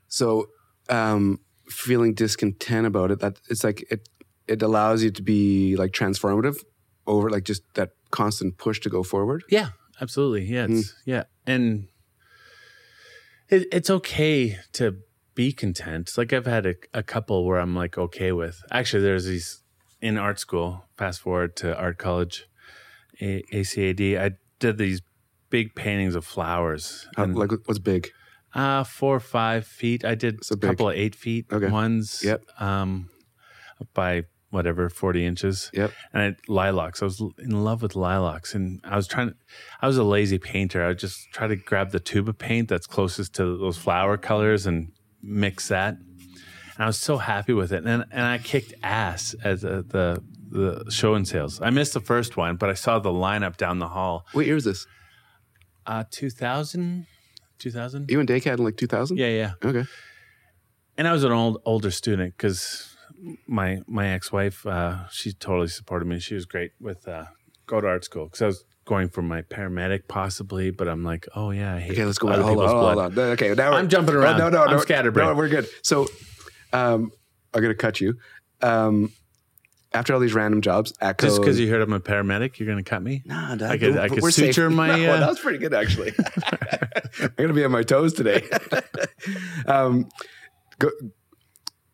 Speaker 1: So, um, feeling discontent about it, that it's like it it allows you to be like transformative over like just that constant push to go forward.
Speaker 2: Yeah, absolutely. Yeah, it's, yeah, and it, it's okay to be content. Like I've had a, a couple where I'm like okay with. Actually, there's these in art school. Fast forward to art college, a- ACAD. I did these big paintings of flowers.
Speaker 1: How,
Speaker 2: and-
Speaker 1: like what's big?
Speaker 2: Uh, four or five feet. I did
Speaker 1: So
Speaker 2: a
Speaker 1: big.
Speaker 2: couple of eight feet
Speaker 1: Okay.
Speaker 2: ones.
Speaker 1: Yep.
Speaker 2: Um, by whatever, 40 inches.
Speaker 1: Yep.
Speaker 2: And I, lilacs. I was l- in love with lilacs. And I was trying, I was a lazy painter. I would just try to grab the tube of paint that's closest to those flower colors and mix that. And I was so happy with it. And, and I kicked ass at the, the, the show and sales. I missed the first one, but I saw the lineup down the hall.
Speaker 1: What year is this?
Speaker 2: Uh, 2000? 2000?
Speaker 1: You and Daycat in like 2000?
Speaker 2: Yeah, yeah.
Speaker 1: Okay.
Speaker 2: and I was an old older student because my my ex wife uh, she totally supported me. She was great with uh, go to art school because I was going for my paramedic possibly, but I'm like, oh yeah, I hate
Speaker 1: Okay, let's go.
Speaker 2: other
Speaker 1: Uh, Hold on,
Speaker 2: people's
Speaker 1: hold on,
Speaker 2: blood.
Speaker 1: hold on. Okay, now we're-
Speaker 2: I'm jumping around.
Speaker 1: No, no,
Speaker 2: I'm
Speaker 1: no.
Speaker 2: scatterbrained.
Speaker 1: No, we're good. So, um, I'm gonna cut you. Um, after all these random jobs, Echo.
Speaker 2: Just because you heard I'm a paramedic, you're gonna cut me?
Speaker 1: Nah,
Speaker 2: I could- I could suture my,
Speaker 1: No,
Speaker 2: uh,
Speaker 1: that was pretty good actually. I'm gonna be on my toes today. um, go,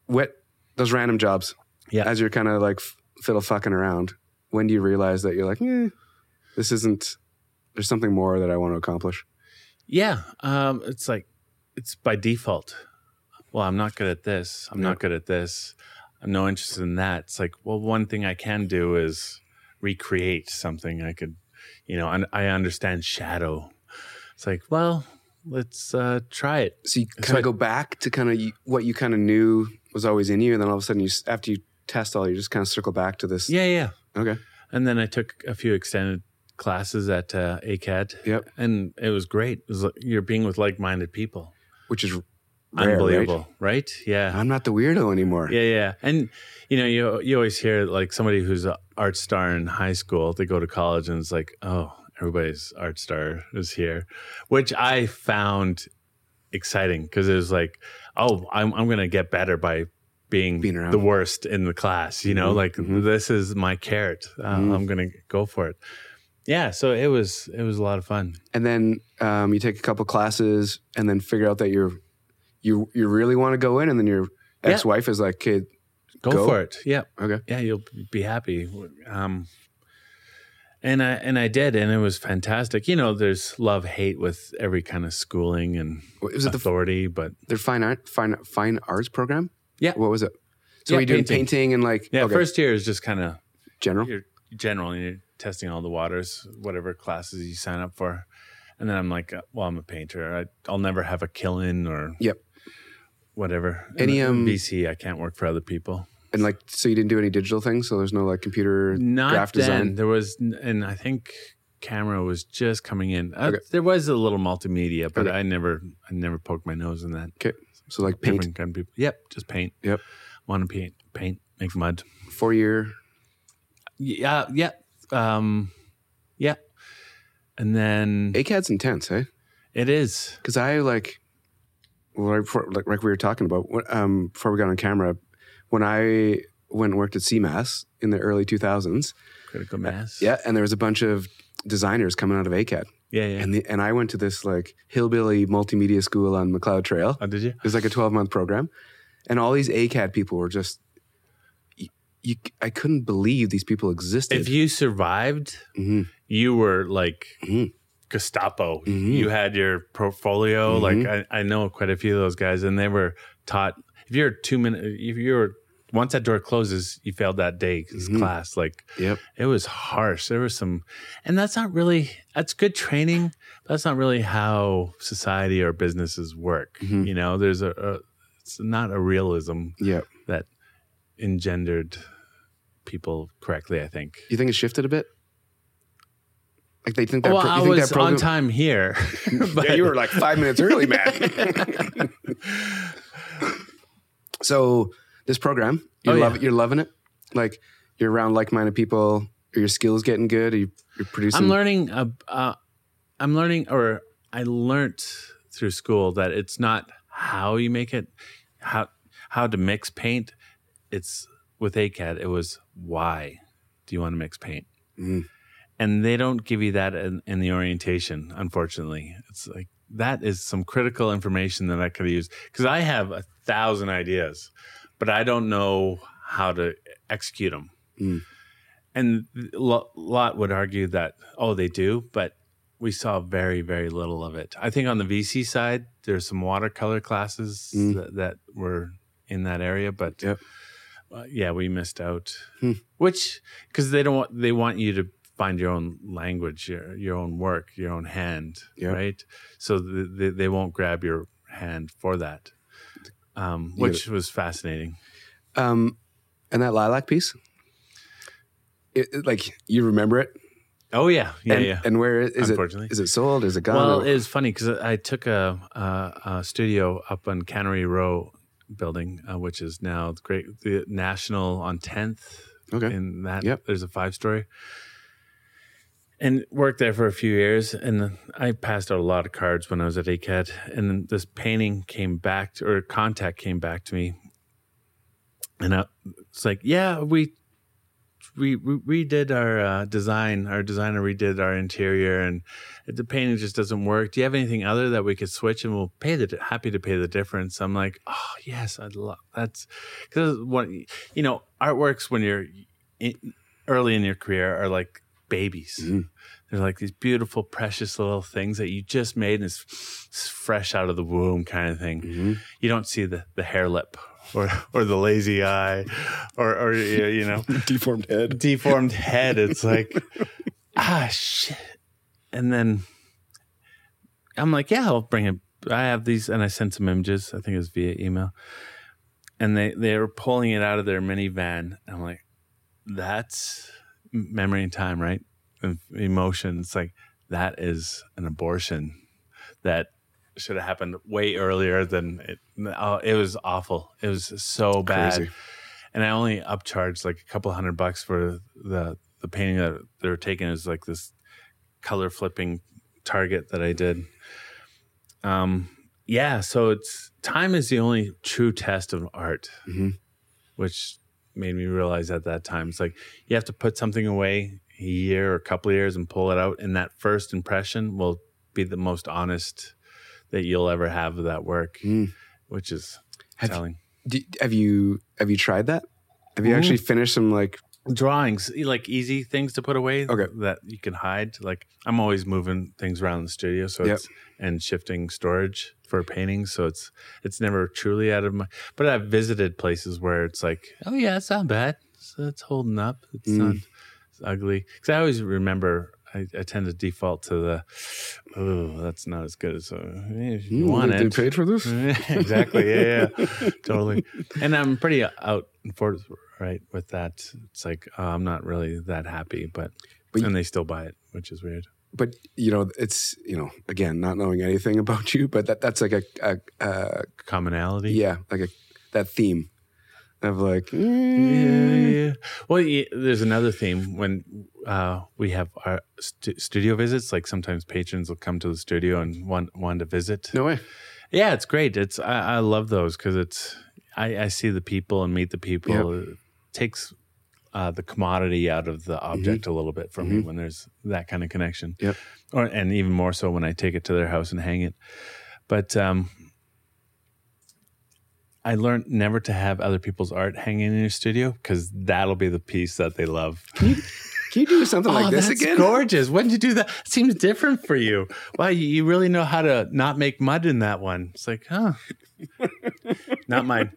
Speaker 1: what those random jobs?
Speaker 2: Yeah.
Speaker 1: As you're kind of like f- fiddle fucking around, when do you realize that you're like, eh, this isn't? There's something more that I want to accomplish.
Speaker 2: Yeah, um, it's like it's by default. Well, I'm not good at this. I'm
Speaker 1: Yeah.
Speaker 2: not good at this. I'm no interested in that. It's like, well, one thing I can do is recreate something. I could, you know, and I understand shadow. It's like, well, let's uh, try it.
Speaker 1: so you
Speaker 2: It's
Speaker 1: kind of
Speaker 2: like-
Speaker 1: go back to kind of what you kind of knew was always in you, and then all of a sudden, you s- after you test all, you just kind of circle back to this.
Speaker 2: Yeah, yeah.
Speaker 1: Okay.
Speaker 2: And then I took a few extended classes at uh, ACAD.
Speaker 1: Yep.
Speaker 2: And it was great. It was like you're being with like-minded people.
Speaker 1: Which is rare,
Speaker 2: Unbelievable, right? Yeah.
Speaker 1: right? I'm not the weirdo anymore.
Speaker 2: Yeah, yeah. And you know, you you always hear like somebody who's an art star in high school, they go to college and it's like, oh, everybody's art star is here, which I found exciting because it was like, oh, I'm I'm gonna get better by being,
Speaker 1: Being around.
Speaker 2: the worst in the class. You know,
Speaker 1: Mhm,
Speaker 2: like
Speaker 1: mhm.
Speaker 2: this is my carrot. Uh,
Speaker 1: Mhm.
Speaker 2: I'm gonna go for it. Yeah, so it was it was a lot of fun.
Speaker 1: And then um, you take a couple classes, and then figure out that you're you you really want to go in, and then your
Speaker 2: Yeah.
Speaker 1: ex-wife is like, "Kid,
Speaker 2: go,
Speaker 1: Go?
Speaker 2: for it. Yeah.
Speaker 1: Okay.
Speaker 2: Yeah, you'll be happy. Um, and I and I did, and it was fantastic. You know, there's love hate with every kind of schooling and
Speaker 1: Was it the
Speaker 2: authority, but
Speaker 1: their fine art fine fine arts program?
Speaker 2: Yeah.
Speaker 1: What was it? So
Speaker 2: Yeah,
Speaker 1: we doing
Speaker 2: painting.
Speaker 1: painting. and like
Speaker 2: yeah,
Speaker 1: okay,
Speaker 2: first year is just kind of
Speaker 1: general.
Speaker 2: you're general and you're testing all the waters, whatever classes you sign up for. And then I'm like, uh, well, I'm a painter. I, I'll never have a kiln or
Speaker 1: Yep.
Speaker 2: whatever. And
Speaker 1: Any,
Speaker 2: in
Speaker 1: um,
Speaker 2: BC, I can't work for other people.
Speaker 1: And like so you didn't do any digital things, so there's no like computer
Speaker 2: Not
Speaker 1: graph
Speaker 2: then.
Speaker 1: design.
Speaker 2: There was, and I think camera was just coming in. Uh,
Speaker 1: Okay.
Speaker 2: There was a little multimedia, but
Speaker 1: Okay.
Speaker 2: I never, I never poked my nose in that.
Speaker 1: So like paint
Speaker 2: Different kind of people. Yep, just paint.
Speaker 1: Yep.
Speaker 2: Want to paint? Paint. Make mud.
Speaker 1: four year
Speaker 2: Yeah. Yeah. Um, yeah. And then
Speaker 1: ACAD's intense, eh?
Speaker 2: it is.
Speaker 1: Because I like, well, right before, like, like we were talking about when- um, before we got on camera, when I went and worked at CMAS in the early 2000s,
Speaker 2: Critical mass.
Speaker 1: yeah, and there was a bunch of designers coming out of ACAD,
Speaker 2: Yeah. Yeah.
Speaker 1: and the, and I went to this like hillbilly multimedia school on McLeod Trail.
Speaker 2: oh, did you?
Speaker 1: It was like a 12 month program, and all these ACAD people were just, you, you I couldn't believe these people existed.
Speaker 2: If you survived,
Speaker 1: Mhm.
Speaker 2: you were like
Speaker 1: Mhm.
Speaker 2: Gestapo.
Speaker 1: Mhm.
Speaker 2: You had your portfolio. Like I, I know quite a few of those guys, and they were taught if you're two minute, if you're once that door closes, you failed that day 'cause
Speaker 1: Mhm.
Speaker 2: class. Like
Speaker 1: Yep.
Speaker 2: it was harsh. There was some, and that's not really that's good training. But that's not really how society or businesses work.
Speaker 1: Mhm.
Speaker 2: You know, there's a, a it's not a realism
Speaker 1: Yeah,
Speaker 2: that engendered people correctly. I think.
Speaker 1: you think it shifted a bit? Like they think that
Speaker 2: Well,
Speaker 1: pro-
Speaker 2: I
Speaker 1: you think
Speaker 2: was
Speaker 1: that program,
Speaker 2: on time here, but
Speaker 1: yeah, you were like five minutes early, man. so this program, you
Speaker 2: Oh,
Speaker 1: love
Speaker 2: yeah.
Speaker 1: it. You're loving it. Like you're around like-minded people. Are your skills getting good? Are you, you're producing.
Speaker 2: I'm learning. Uh, uh, I'm learning, or I learnt through school that it's not how you make it, how how to mix paint. It's with ACAD. It was why do you want to mix paint?
Speaker 1: Mm.
Speaker 2: And they don't give you that in, in the orientation. Unfortunately, it's like that is some critical information that I could have used because I have a thousand ideas, but I don't know how to execute them
Speaker 1: Mm.
Speaker 2: and a lo- lot would argue that oh they do but we saw very very little of it i think on the vc side there's some watercolor classes
Speaker 1: Mm.
Speaker 2: that, that were in that area but
Speaker 1: Yep.
Speaker 2: uh, yeah we missed out
Speaker 1: Hmm.
Speaker 2: which because they don't want they want you to find your own language your, your own work your own hand
Speaker 1: Yep.
Speaker 2: right so th they, they won't grab your hand for that um,
Speaker 1: You
Speaker 2: which was fascinating
Speaker 1: um, and that lilac piece. It, it- like you remember it,
Speaker 2: oh yeah yeah
Speaker 1: and,
Speaker 2: yeah
Speaker 1: and where is it?
Speaker 2: Unfortunately.
Speaker 1: Is it sold? Is it gone?
Speaker 2: Well,
Speaker 1: Or-
Speaker 2: it was funny because I took a, a, a studio up on Cannery Row building, uh, which is now the great the National on Tenth.
Speaker 1: okay,
Speaker 2: In that,
Speaker 1: Yep.
Speaker 2: there's a five story, and worked there for a few years. And I passed out a lot of cards when I was at ACAD. And then this painting came back, to, or contact came back to me, and I, it's like, yeah, we. We, we redid our uh, design. Our designer redid our interior, and the painting just doesn't work. Do you have anything other that we could switch and we'll pay the happy to pay the difference? I'm like, oh yes, I'd love that's because what you know, artworks when you're in, early in your career are like babies.
Speaker 1: Mhm.
Speaker 2: They're like these beautiful, precious little things that you just made and it's, it's fresh out of the womb kind of thing.
Speaker 1: Mhm.
Speaker 2: You don't see the the hair lip or or the lazy eye or or you know
Speaker 1: deformed head.
Speaker 2: deformed head. It's like, ah, shit. And then I'm like, yeah, I'll bring it. I have these, and I sent some images. I think it was via email. And they they were pulling it out of their minivan. And I'm like, that's m- memory and time, right? Of emotion. It's like that is an abortion that should have happened way earlier than it. Oh, it was awful. It was so bad
Speaker 1: Crazy.
Speaker 2: and I only upcharged like a couple hundred bucks for the the painting that they were taking is like this color flipping target that I did. Um, yeah, so it's time is the only true test of art,
Speaker 1: Mhm.
Speaker 2: which made me realize at that time it's like you have to put something away a year or a couple of years and pull it out, and that first impression will be the most honest that you'll ever have of that work,
Speaker 1: Mm.
Speaker 2: which is
Speaker 1: Have you-
Speaker 2: telling.
Speaker 1: Do, have you have you tried that? Have you
Speaker 2: Mhm.
Speaker 1: actually finished some like
Speaker 2: drawings, e, like easy things to put away
Speaker 1: Okay.
Speaker 2: that you can hide. Like I'm always moving things around the studio, so
Speaker 1: Yep.
Speaker 2: it's and shifting storage for paintings, so it's it's never truly out of my. But I've visited places where it's like, oh yeah, it's not bad. It's, it's holding up. It's
Speaker 1: Mm.
Speaker 2: not it's ugly. Because I always remember. I, I tend to default to the, oh, that's not as good as uh, if you
Speaker 1: Hmm,
Speaker 2: want
Speaker 1: they- they
Speaker 2: it.
Speaker 1: paid for this?
Speaker 2: exactly. Yeah, yeah. totally. And I'm pretty out and forth right with that. It's like uh, I'm not really that happy, but,
Speaker 1: But
Speaker 2: and they still buy it, which is weird.
Speaker 1: but you know, it's you know, again, not knowing anything about you, but that that's like a, a uh,
Speaker 2: Commonality.
Speaker 1: yeah, like a that theme of like
Speaker 2: Yeah,
Speaker 1: mm,
Speaker 2: yeah. Well, yeah, there's another theme when uh, we have our st- studio visits. Like sometimes patrons will come to the studio and want want to visit.
Speaker 1: no way,
Speaker 2: Yeah, it's great. It's I, I love those because it's I, I see the people and meet the people. It takes uh, the commodity out of the object a little bit for me when there's that kind of connection.
Speaker 1: Yep.
Speaker 2: Or and even more so when I take it to their house and hang it. But um, I learned never to have other people's art hanging in your studio because that'll be the piece that they love.
Speaker 1: can you do something like
Speaker 2: Oh,
Speaker 1: this
Speaker 2: that's
Speaker 1: again?
Speaker 2: Gorgeous. When did you do that? Seems different for you. Wow, you, you really know how to not make mud in that one. It's like, huh? not mine.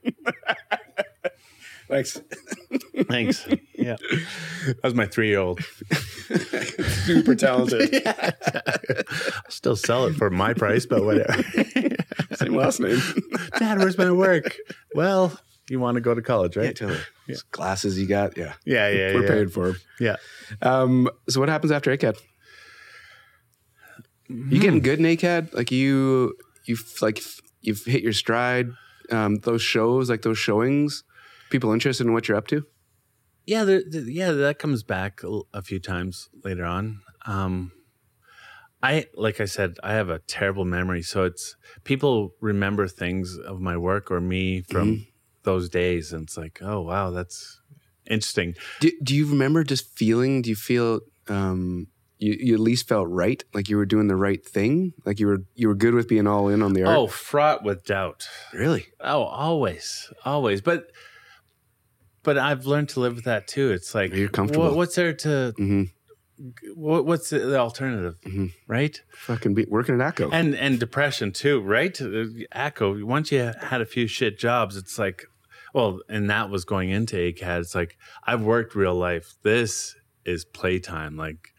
Speaker 1: Thanks,
Speaker 2: Thanks. Yeah, that was my three-year-old.
Speaker 1: super talented.
Speaker 2: I'll still sell it for my price, but whatever.
Speaker 1: Same last name.
Speaker 2: Dad, where's my work? Well, you want to go to college,
Speaker 1: Yeah,
Speaker 2: right?
Speaker 1: totally. Those Glasses you got, yeah,
Speaker 2: Yeah, yeah,
Speaker 1: we're
Speaker 2: yeah.
Speaker 1: paid for. 'em.
Speaker 2: Yeah.
Speaker 1: Um, so what happens after ACAD? You
Speaker 2: Mm.
Speaker 1: getting good in ACAD? Like you, you've like f- you've hit your stride. Um, those shows, like those showings, people interested in what you're up to.
Speaker 2: yeah, there, th- yeah, that comes back a- a few times later on. Um, I like I said, I have a terrible memory, so it's people remember things of my work or me from
Speaker 1: Mm-hmm.
Speaker 2: those days, and it's like, oh wow, that's interesting.
Speaker 1: Do, do you remember just feeling? Do you feel um, you, you at least felt right, like you were doing the right thing, like you were you were good with being all in on the art?
Speaker 2: Oh, fraught with doubt.
Speaker 1: really?
Speaker 2: Oh, always, always. But but I've learned to live with that too. It's like
Speaker 1: You're comfortable.
Speaker 2: wha- what's there to?
Speaker 1: hmm
Speaker 2: wha- What's the alternative,
Speaker 1: Mhm.
Speaker 2: right?
Speaker 1: Fucking be, working at ACO.
Speaker 2: and and depression too, right? Acco. Once you had a few shit jobs, it's like, well, and that was going into ACAD. It's like I've worked real life. This is playtime. Like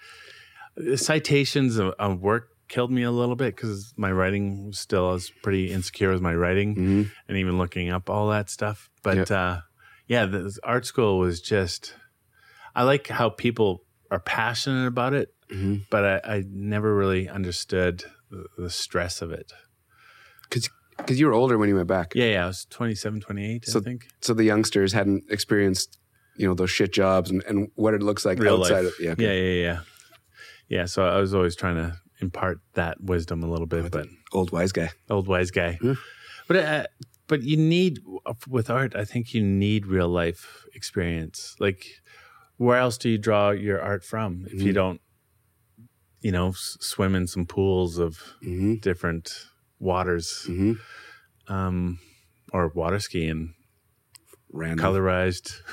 Speaker 2: the citations of, of work killed me a little bit because my writing was still I was pretty insecure with my writing
Speaker 1: hmm
Speaker 2: and even looking up all that stuff. But uh, yeah, the art school was just. I like how people are passionate about it
Speaker 1: hmm
Speaker 2: but I, I never really understood the, the stress of it.
Speaker 1: Because you were older when you went back,
Speaker 2: Yeah, yeah, I was 27, 28,
Speaker 1: So
Speaker 2: I think.
Speaker 1: so the youngsters hadn't experienced you know those shit jobs and, and what it looks like outside of yeah. okay.
Speaker 2: yeah, yeah, yeah. Yeah, so I was always trying to impart that wisdom a little bit, but
Speaker 1: Old wise guy.
Speaker 2: old wise guy.
Speaker 1: Yeah.
Speaker 2: But uh, but you need with art, I think you need real life experience. Like where else do you draw your art from if you
Speaker 1: Mhm.
Speaker 2: don't you know, s- swim in some pools of
Speaker 1: hmm
Speaker 2: different waters
Speaker 1: hmm
Speaker 2: um or water skiing
Speaker 1: Random.
Speaker 2: colorized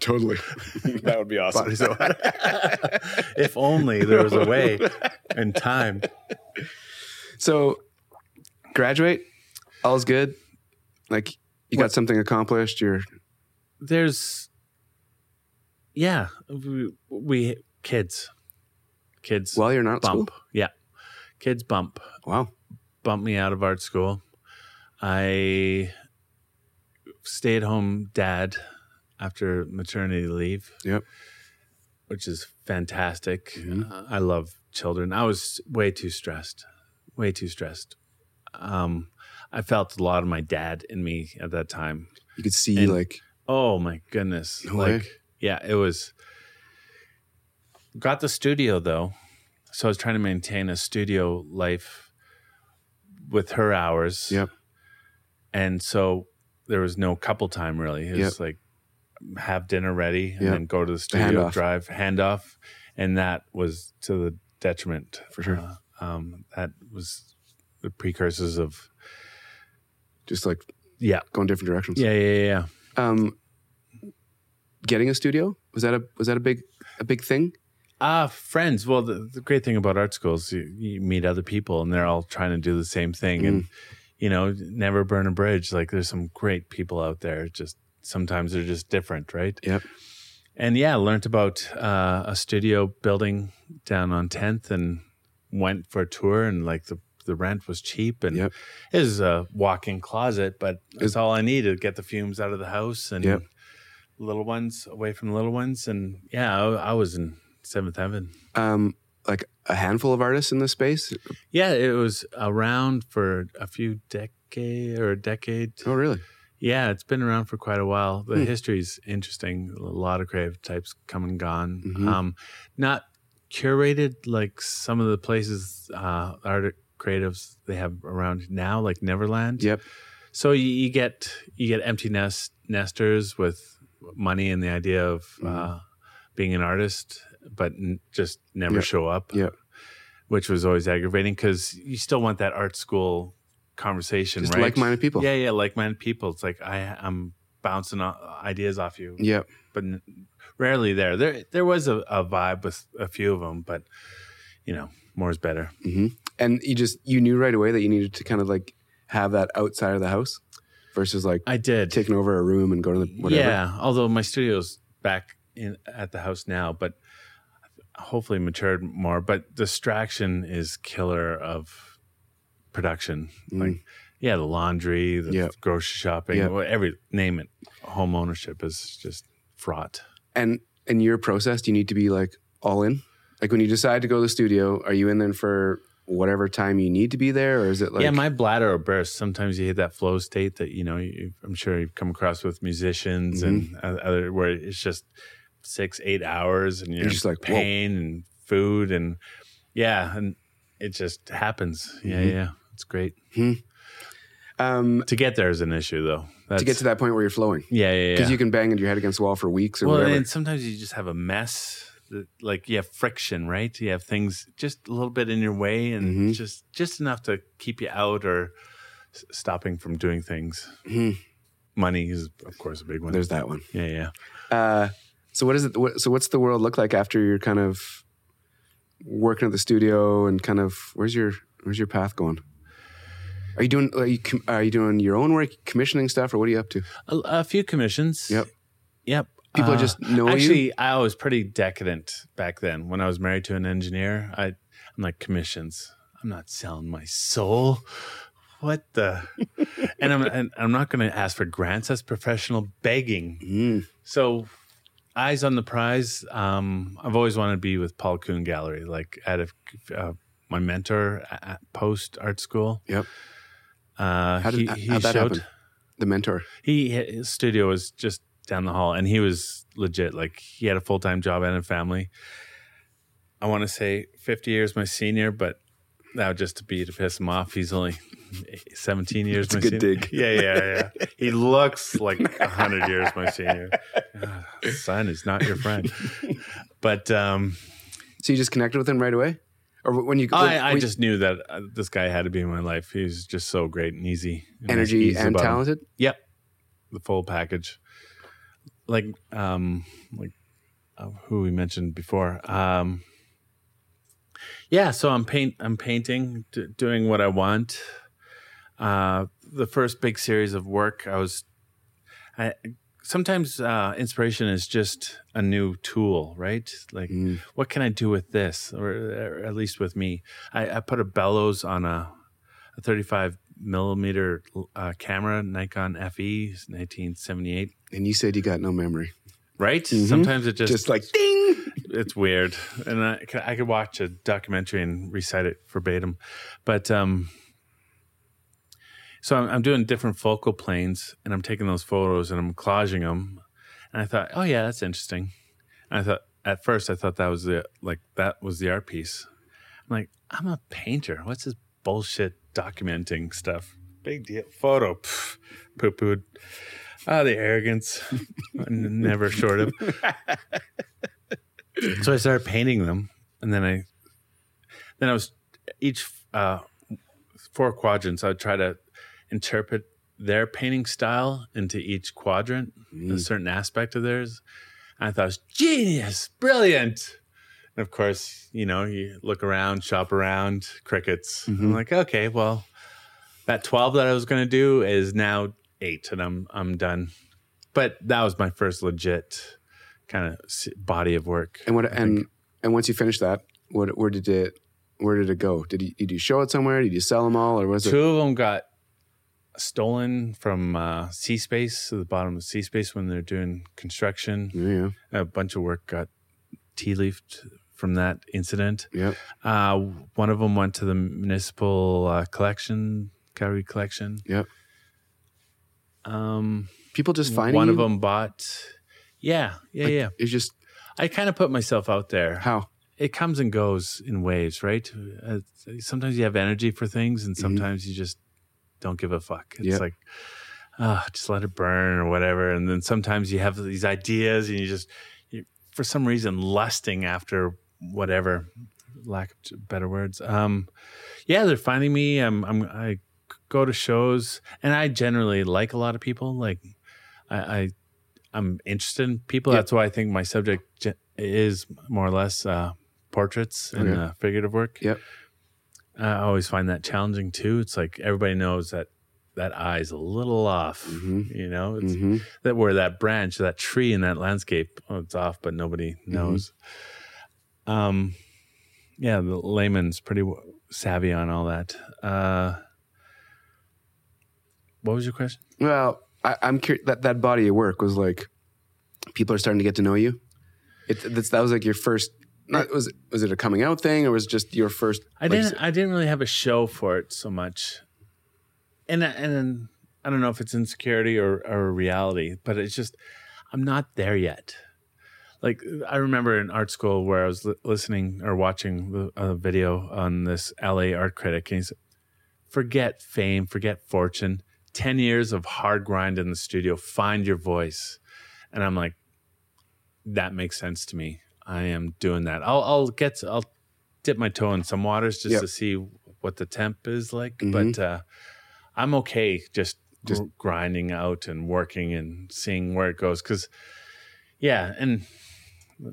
Speaker 1: Totally.
Speaker 2: That would be awesome.
Speaker 1: Bodies of water.
Speaker 2: if only there was a way and time.
Speaker 1: So, graduate, all's good. Like you got
Speaker 2: What?
Speaker 1: something accomplished. You're
Speaker 2: There's, yeah, we, we kids, kids
Speaker 1: while you're not at
Speaker 2: bump.
Speaker 1: school.
Speaker 2: Yeah, kids bump.
Speaker 1: Wow.
Speaker 2: bumped me out of art school. I stayed home dad after maternity leave.
Speaker 1: Yep.
Speaker 2: Which is fantastic.
Speaker 1: Mhm.
Speaker 2: Uh, I love children. I was way too stressed, way too stressed. Um, I felt a lot of my dad in me at that time.
Speaker 1: You could see
Speaker 2: And-
Speaker 1: like
Speaker 2: Oh my goodness.
Speaker 1: No way.
Speaker 2: like yeah, it was got the studio though. So I was trying to maintain a studio life with her hours.
Speaker 1: Yep.
Speaker 2: And so there was no couple time really. It was like have dinner ready and
Speaker 1: Yep.
Speaker 2: then go to the studio,
Speaker 1: handoff.
Speaker 2: drive, handoff. And that was to the detriment.
Speaker 1: For sure.
Speaker 2: Uh, um, that was the precursors of
Speaker 1: just like
Speaker 2: yeah.
Speaker 1: going different directions.
Speaker 2: Yeah, yeah, yeah.
Speaker 1: Um, getting a studio? Was that a was that a big a big thing?
Speaker 2: Ah, friends. Well, the, the great thing about art school is you, you meet other people, and they're all trying to do the same thing,
Speaker 1: Mm.
Speaker 2: and you know, never burn a bridge. Like there's some great people out there. Just sometimes they're just different, right?
Speaker 1: Yep.
Speaker 2: And yeah, learned about uh, a studio building down on 10th, and went for a tour, and like the the rent was cheap, and
Speaker 1: Yep.
Speaker 2: it was a walk-in closet, but it's
Speaker 1: Is-
Speaker 2: all I needed to get the fumes out of the house and
Speaker 1: Yep.
Speaker 2: little ones away from little ones, and yeah, I, I was in seventh heaven.
Speaker 1: Um, like a handful of artists in this space.
Speaker 2: Yeah, it was around for a few decade or a decade.
Speaker 1: Oh, really?
Speaker 2: Yeah, it's been around for quite a while. The
Speaker 1: Hmm.
Speaker 2: history's interesting. A lot of creative types come and gone.
Speaker 1: Mhm.
Speaker 2: Um, not curated like some of the places uh, art creatives they have around now, like Neverland.
Speaker 1: Yep.
Speaker 2: So you, you get you get empty nest nesters with money and the idea of
Speaker 1: Mm-hmm.
Speaker 2: uh, being an artist, but n- just never
Speaker 1: Yeah.
Speaker 2: show up.
Speaker 1: Yeah.
Speaker 2: which was always aggravating because you still want that art school conversation,
Speaker 1: Just
Speaker 2: right?
Speaker 1: like-minded people.
Speaker 2: Yeah, yeah, like-minded people. It's like I I'm bouncing o- ideas off you,
Speaker 1: Yep.
Speaker 2: but n- rarely there. There there was a, a vibe with a few of them, but you know, more is better.
Speaker 1: And you just you knew right away that you needed to kind of like have that outside of the house versus like
Speaker 2: I did.
Speaker 1: taking over a room and go to the whatever.
Speaker 2: Yeah, although my studio's back in at the house now, but hopefully matured more. But distraction is killer of production.
Speaker 1: Mm.
Speaker 2: Like, yeah, the laundry, the
Speaker 1: Yeah.
Speaker 2: grocery shopping,
Speaker 1: Yeah.
Speaker 2: wha- every name it. Home ownership is just fraught.
Speaker 1: And in your process, do you need to be like all in? Like when you decide to go to the studio, are you in there for whatever time you need to be there, or is it like
Speaker 2: yeah, my bladder will burst. Sometimes you hit that flow state that you know. You, I'm sure you've come across with musicians
Speaker 1: Mm-hmm.
Speaker 2: and other where it's just six, eight hours, and you're,
Speaker 1: just like, whoa.
Speaker 2: pain and food and yeah, and it just happens. Yeah,
Speaker 1: Mhm.
Speaker 2: yeah, it's great.
Speaker 1: um,
Speaker 2: To get there is an issue though. That's,
Speaker 1: to get to that point where you're flowing?
Speaker 2: yeah, yeah, yeah.
Speaker 1: Because you can bang your head against the wall for weeks or
Speaker 2: well,
Speaker 1: whatever.
Speaker 2: and sometimes you just have a mess. that- Like you have friction, right? You have things just a little bit in your way, and
Speaker 1: Mhm.
Speaker 2: just just enough to keep you out or s- stopping from doing things.
Speaker 1: Mhm.
Speaker 2: Money is, of course, a big one.
Speaker 1: There's that one.
Speaker 2: yeah, yeah.
Speaker 1: Uh, so what is it? What, so what's the world look like after you're kind of working at the studio and kind of where's your where's your path going? Are you doing are you com- are you doing your own work, commissioning stuff, or what are you up to?
Speaker 2: A, a few commissions.
Speaker 1: Yep.
Speaker 2: Yep.
Speaker 1: People
Speaker 2: Uh,
Speaker 1: just know
Speaker 2: actually,
Speaker 1: you.
Speaker 2: I was pretty decadent back then. When I was married to an engineer, I, I'm like commissions. I'm not selling my soul. What the? and I'm and I'm not going to ask for grants. That's professional begging.
Speaker 1: Mm,
Speaker 2: So, eyes on the prize. Um, I've always wanted to be with Paul Kuhn Gallery, like at a, uh, my mentor at- at post art school.
Speaker 1: Yep.
Speaker 2: Uh,
Speaker 1: How did-
Speaker 2: he,
Speaker 1: how-
Speaker 2: he
Speaker 1: how'd that
Speaker 2: showed-
Speaker 1: happen? the mentor.
Speaker 2: He his studio was just down the hall, and he was legit. Like he had a full time job and a family. I want to say fifty years my senior, but that would just be to piss him off. He's only seventeen years.
Speaker 1: That's a
Speaker 2: my
Speaker 1: good
Speaker 2: senior.
Speaker 1: dig.
Speaker 2: Yeah, yeah, yeah. he looks like hundred years my senior. Ah, Son is not your friend, but um,
Speaker 1: So you just connected with him right away, or wh- when you when-
Speaker 2: I, I
Speaker 1: when-
Speaker 2: just knew that uh, this guy had to be in my life. He was just so great and easy, and
Speaker 1: energy
Speaker 2: easy
Speaker 1: and
Speaker 2: about him.
Speaker 1: talented.
Speaker 2: Yep, the full package. Like, um, like uh, who we mentioned before. Um, yeah, so I'm paint. I'm painting, d- doing what I want. Uh, the first big series of work, I was. I sometimes uh, inspiration is just a new tool, right? Like,
Speaker 1: Mm.
Speaker 2: what can I do with this, or, or at least with me? I, I put a bellows on a, a 35 millimeter uh, camera, Nikon E, FE, it's 1978.
Speaker 1: And you said you got no memory,
Speaker 2: Right?
Speaker 1: Mhm.
Speaker 2: Sometimes it just,
Speaker 1: just, like ding.
Speaker 2: it's weird, and I could, I could watch a documentary and recite it verbatim, but um. So I'm, I'm doing different focal planes, and I'm taking those photos and I'm collaging them, and I thought, oh yeah, that's interesting. And I thought at first I thought that was the like that was the art piece. I'm like, I'm a painter. What's this bullshit documenting stuff? Big deal. Photo, poo pooed. Ah, the arrogance, N- never short of. so I started painting them, and then I, then I was each uh, four quadrants. I would try to interpret their painting style into each quadrant, a certain aspect of theirs, And I thought it was genius, brilliant. And of course, you know, you look around, shop around, crickets. I'm
Speaker 1: Mhm.
Speaker 2: like, okay, well, that 12 that I was going to do is now eight, and I'm I'm done. But that was my first legit kind of body of work.
Speaker 1: And what and and once you finished that, what where did it where did it go? Did you, did you show it somewhere? Did you sell them all, or was it?
Speaker 2: Two of them got stolen from uh, C Space, the bottom of C Space when they're doing construction.
Speaker 1: Yeah,
Speaker 2: A bunch of work got tea leafed from that incident.
Speaker 1: yeah.
Speaker 2: Uh, one of them went to the municipal uh, collection, Calgary collection.
Speaker 1: Yep.
Speaker 2: Um,
Speaker 1: People just finding
Speaker 2: one of
Speaker 1: you?
Speaker 2: them bought. Yeah, yeah,
Speaker 1: Like,
Speaker 2: yeah.
Speaker 1: It's just
Speaker 2: I kind of put myself out there.
Speaker 1: how
Speaker 2: It comes and goes in waves, right? Uh, sometimes you have energy for things,
Speaker 1: Mm-hmm.
Speaker 2: and sometimes you just don't give a fuck. It's
Speaker 1: Yep.
Speaker 2: like, ah, just let it burn or whatever. And then sometimes you have these ideas, and you just, you, for some reason, lusting after whatever, lack of t- better words. Um, yeah, they're finding me. I'm, I'm, I c- go to shows, and I generally like a lot of people. Like, I, I I'm interested in people.
Speaker 1: Yeah.
Speaker 2: That's why I think my subject ge- is more or less uh, portraits and
Speaker 1: Okay.
Speaker 2: uh, figurative work.
Speaker 1: Yep.
Speaker 2: I always find that challenging too. It's like everybody knows that that eye's a little off.
Speaker 1: Mhm.
Speaker 2: You know, it's
Speaker 1: Mhm.
Speaker 2: that where that branch, that tree in that landscape, oh, it's off, but nobody knows. Um, yeah, the layman's pretty w- savvy on all that. Uh, what was your question?
Speaker 1: Well, I, I'm curious that that body of work was like people are starting to get to know you. It, that's, that was like your first. Not, was it, was it a coming out thing or was it just your first?
Speaker 2: I
Speaker 1: like you
Speaker 2: didn't.
Speaker 1: said-
Speaker 2: I didn't really have a show for it so much, and and I don't know if it's insecurity or or reality, but it's just I'm not there yet. Like I remember in art school where I was li- listening or watching the- a video on this LA art critic, and he's forget fame, forget fortune, ten years of hard grind in the studio, find your voice, and I'm like, that makes sense to me. I am doing that. I'll I'll get to, I'll dip my toe in some waters just
Speaker 1: Yep.
Speaker 2: to see what the temp is like,
Speaker 1: Mhm.
Speaker 2: but uh, I'm okay just
Speaker 1: Just-
Speaker 2: just grinding out and working and seeing where it goes because yeah and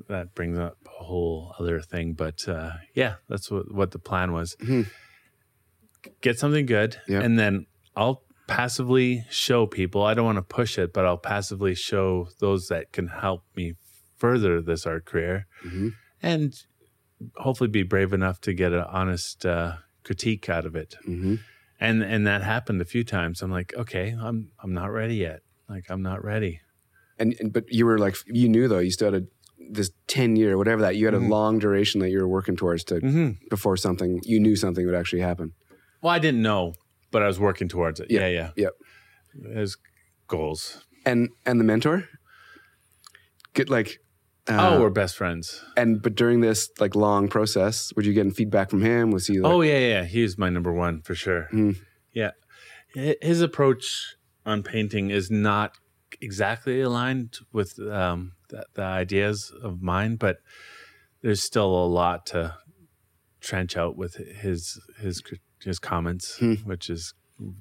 Speaker 2: that brings up a whole other thing but uh yeah that's what what the plan was
Speaker 1: Mhm.
Speaker 2: get something good
Speaker 1: Yeah.
Speaker 2: and then i'll passively show people i don't want to push it but i'll passively show those that can help me further this art career
Speaker 1: Mhm.
Speaker 2: and hopefully be brave enough to get an honest uh critique out of it
Speaker 1: Mhm.
Speaker 2: and and that happened a few times i'm like okay i'm i'm not ready yet like i'm not ready
Speaker 1: And, and but you were like you knew though you still had a, this ten year whatever that you had a
Speaker 2: Mhm.
Speaker 1: long duration that you were working towards to
Speaker 2: mm-hmm.
Speaker 1: before something you knew something would actually happen.
Speaker 2: Well, I didn't know, but I was working towards it.
Speaker 1: Yeah,
Speaker 2: Yeah, yeah.
Speaker 1: yeah.
Speaker 2: There's goals.
Speaker 1: And and the mentor, get like.
Speaker 2: oh,
Speaker 1: uh,
Speaker 2: we're best friends.
Speaker 1: and but during this like long process, were you getting feedback from him? Was he like,
Speaker 2: oh, yeah, yeah. He was my number one for sure.
Speaker 1: Hmm.
Speaker 2: Yeah. Hi- His approach on painting is not exactly aligned with um, the, the ideas of mine, but there's still a lot to trench out with his his cr- his comments,
Speaker 1: Hmm.
Speaker 2: which has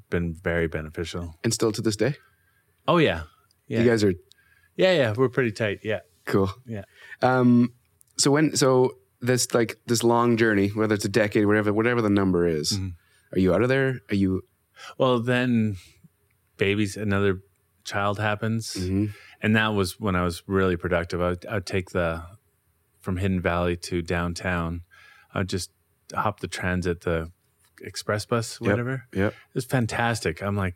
Speaker 2: been very beneficial.
Speaker 1: and still to this day,
Speaker 2: Oh yeah, yeah,
Speaker 1: you guys are
Speaker 2: yeah, yeah. We're pretty tight. Yeah.
Speaker 1: Cool.
Speaker 2: Yeah.
Speaker 1: Um, so when so this like this long journey, whether it's a decade, whatever whatever the number is,
Speaker 2: Mhm.
Speaker 1: are you out of there? Are you?
Speaker 2: Well, then babies, another child happens.
Speaker 1: Mhm.
Speaker 2: And that was when I was really productive. I would, I would take the from Hidden Valley to downtown. I would just hop the transit, the express bus,
Speaker 1: Yep.
Speaker 2: whatever.
Speaker 1: Yep.
Speaker 2: It was fantastic. I'm like,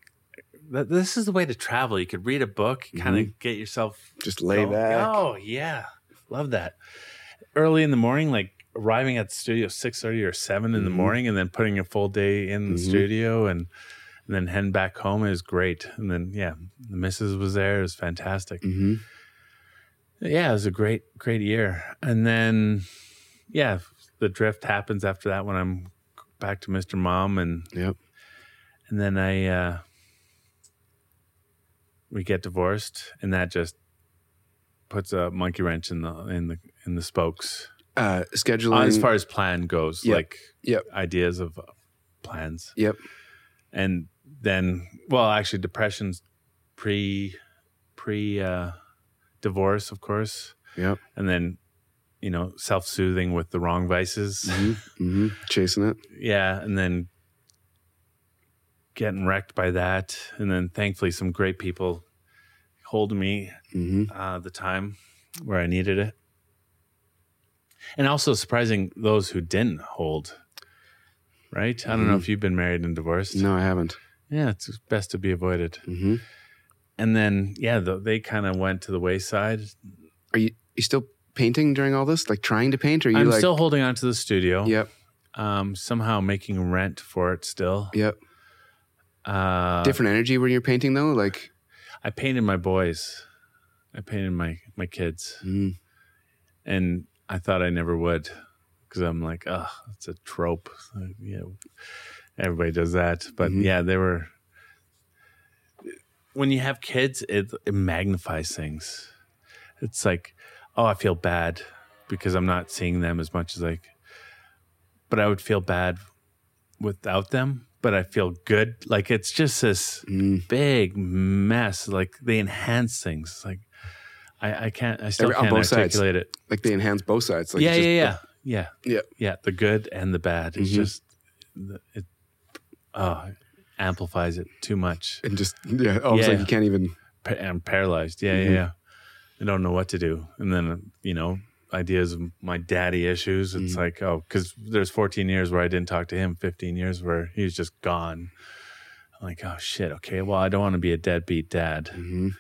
Speaker 2: "Th- this is the way to travel. You could read a book, kind of get yourself
Speaker 1: Just Mm-hmm. lay
Speaker 2: going.
Speaker 1: back.
Speaker 2: Oh, yeah. Love that. Early in the morning, like arriving at the studio 6.30 or 7 in the
Speaker 1: Mhm.
Speaker 2: morning and then putting a full day in the
Speaker 1: Mhm.
Speaker 2: studio and, and then heading back home is great. And then, yeah, the missus was there. It was fantastic.
Speaker 1: hmm
Speaker 2: Yeah, it was a great, great year. And then, yeah, the drift happens after that when I'm back to Mr. Mom and
Speaker 1: Yep.
Speaker 2: and then I uh we get divorced and that just puts a monkey wrench in the in the in the spokes.
Speaker 1: Uh, scheduling.
Speaker 2: Uh, as far as plan goes,
Speaker 1: Yep.
Speaker 2: like
Speaker 1: Yep.
Speaker 2: ideas of uh, plans.
Speaker 1: Yep.
Speaker 2: And then, well, actually, depression's pre pre uh, divorce, of course.
Speaker 1: Yep.
Speaker 2: and then you know self-soothing with the wrong vices
Speaker 1: hmm hmm Chasing it.
Speaker 2: yeah and then getting wrecked by that and then thankfully some great people hold me
Speaker 1: hmm
Speaker 2: uh, the time where i needed it and also surprising those who didn't hold right i don't know
Speaker 1: Mhm.
Speaker 2: if you've been married and divorced
Speaker 1: No, I haven't.
Speaker 2: yeah it's best to be avoided
Speaker 1: hmm
Speaker 2: and then yeah the, they kind of went to the wayside
Speaker 1: Are you you still painting during all this? Like trying to paint? Or are you
Speaker 2: i'm
Speaker 1: like?
Speaker 2: still holding on to the studio
Speaker 1: yep.
Speaker 2: um somehow making rent for it still
Speaker 1: Yep.
Speaker 2: uh
Speaker 1: Different energy when you're painting though. Like.
Speaker 2: I painted my boys. I painted my my kids,
Speaker 1: Mm,
Speaker 2: and I thought I never would, because I'm like, oh, it's a trope. Like, you know, everybody does that. But
Speaker 1: Mhm.
Speaker 2: yeah, they were. When you have kids, it, it magnifies things. It's like, oh, I feel bad because I'm not seeing them as much as like, but I would feel bad without them. But I feel good. Like it's just this
Speaker 1: mm.
Speaker 2: big mess. Like they enhance things. Like I, I can't. I still
Speaker 1: Every- on
Speaker 2: can't
Speaker 1: both sides.
Speaker 2: articulate it.
Speaker 1: Like they enhance both sides. Like
Speaker 2: yeah,
Speaker 1: it's just-
Speaker 2: yeah, yeah, yeah,
Speaker 1: Yeah.
Speaker 2: yeah. The good and the bad. It's
Speaker 1: Mhm.
Speaker 2: just the- it. Oh, it amplifies it too much.
Speaker 1: And just yeah, almost
Speaker 2: Yeah.
Speaker 1: like you can't even.
Speaker 2: Pa- I'm paralyzed. Yeah,
Speaker 1: Mhm.
Speaker 2: yeah, yeah. I don't know what to do. And then you know ideas of my daddy issues. It's
Speaker 1: Mhm.
Speaker 2: like oh, because there's 14 years where I didn't talk to him. 15 years where he was just gone. I'm like oh shit. Okay, well I don't want to be a deadbeat dad.
Speaker 1: Mhm.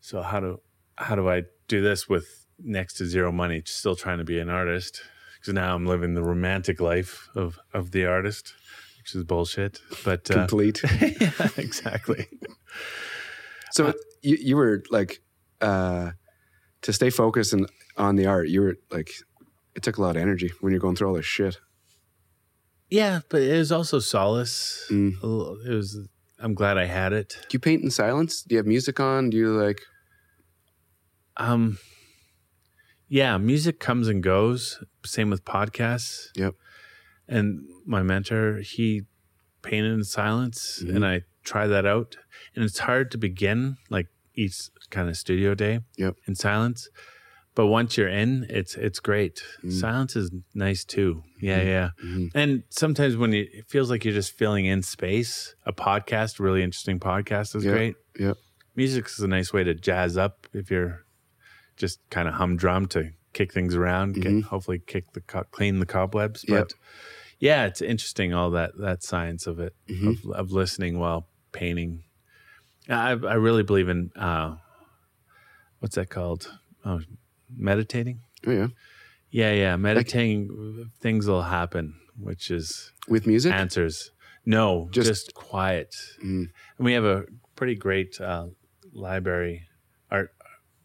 Speaker 2: so how do how do I do this with next to zero money, still trying to be an artist? Because now I'm living the romantic life of of the artist, which is bullshit. But uh,
Speaker 1: Complete.
Speaker 2: yeah, exactly.
Speaker 1: So
Speaker 2: Uh,
Speaker 1: you, you were like, uh, to stay focused and on the art, you were like, it took a lot of energy when you're going through all this shit.
Speaker 2: Yeah, but it was also solace.
Speaker 1: Mm.
Speaker 2: A little- It was. I'm glad I had it.
Speaker 1: Do you paint in silence? Do you have music on? Do you like?
Speaker 2: Um, yeah, music comes and goes. Same with podcasts.
Speaker 1: Yep.
Speaker 2: And my mentor, he painted in silence,
Speaker 1: Mhm.
Speaker 2: and I try that out. And it's hard to begin like each kind of studio day.
Speaker 1: Yep.
Speaker 2: In silence, but once you're in, it's it's great.
Speaker 1: Mm.
Speaker 2: Silence is nice too. Yeah,
Speaker 1: Mhm.
Speaker 2: yeah.
Speaker 1: Mhm.
Speaker 2: And sometimes when you, it feels like you're just filling in space, a podcast, really interesting podcast is
Speaker 1: Yeah,
Speaker 2: great.
Speaker 1: yeah.
Speaker 2: Music is a nice way to jazz up if you're just kind of humdrum to kick things around,
Speaker 1: Mhm.
Speaker 2: get, hopefully kick the co- clean the cobwebs.
Speaker 1: Yeah.
Speaker 2: But yeah, it's interesting all that that science of it
Speaker 1: Mhm.
Speaker 2: of, of listening while painting. I I really believe in uh, what's that called? Oh, meditating.
Speaker 1: Oh yeah,
Speaker 2: Yeah, yeah, meditating. things will happen, which is
Speaker 1: with music.
Speaker 2: answers. No,
Speaker 1: Just-
Speaker 2: just, quiet.
Speaker 1: Mm.
Speaker 2: And we have a pretty great uh, library, art,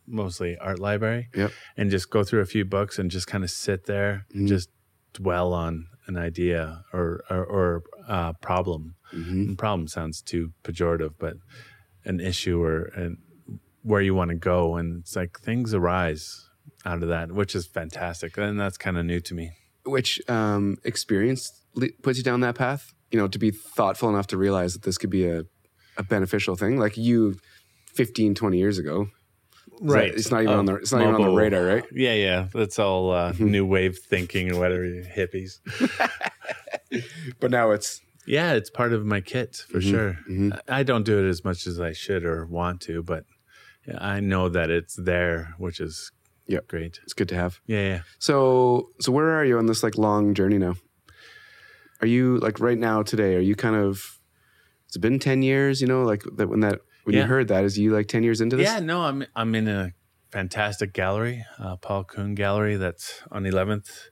Speaker 2: mostly art library.
Speaker 1: Yep.
Speaker 2: And just go through a few books and just kind of sit there
Speaker 1: Mm.
Speaker 2: and just dwell on an idea or or, or uh, problem.
Speaker 1: Mhm.
Speaker 2: And problem sounds too pejorative, but an issue or an, where you want to go, and it's like things arise out of that, which is fantastic. And that's kind of new to me.
Speaker 1: Which um, experience le- puts you down that path? You know, to be thoughtful enough to realize that this could be a, a beneficial thing. Like you, 15, 20 years ago. Is that- it's not even
Speaker 2: Oh,
Speaker 1: on the. It's not even on the
Speaker 2: mobile.
Speaker 1: radar, right?
Speaker 2: Yeah, yeah. That's all uh, new wave thinking and whatever hippies.
Speaker 1: But now it's.
Speaker 2: Yeah, it's part of my kit for
Speaker 1: Mhm,
Speaker 2: sure.
Speaker 1: mhm.
Speaker 2: I I don't do it as much as I should or want to, but I know that it's there, which is
Speaker 1: Yep.
Speaker 2: great.
Speaker 1: It's good to have.
Speaker 2: Yeah, yeah.
Speaker 1: So so where are you on this like long journey now? Are you like right now today? Are you kind of? It's been ten years, you know, like that when that when you
Speaker 2: Yeah.
Speaker 1: heard that is you like ten years into this?
Speaker 2: Yeah, no, I'm I'm in a fantastic gallery, uh, Paul Kuhn Gallery, that's on 11th.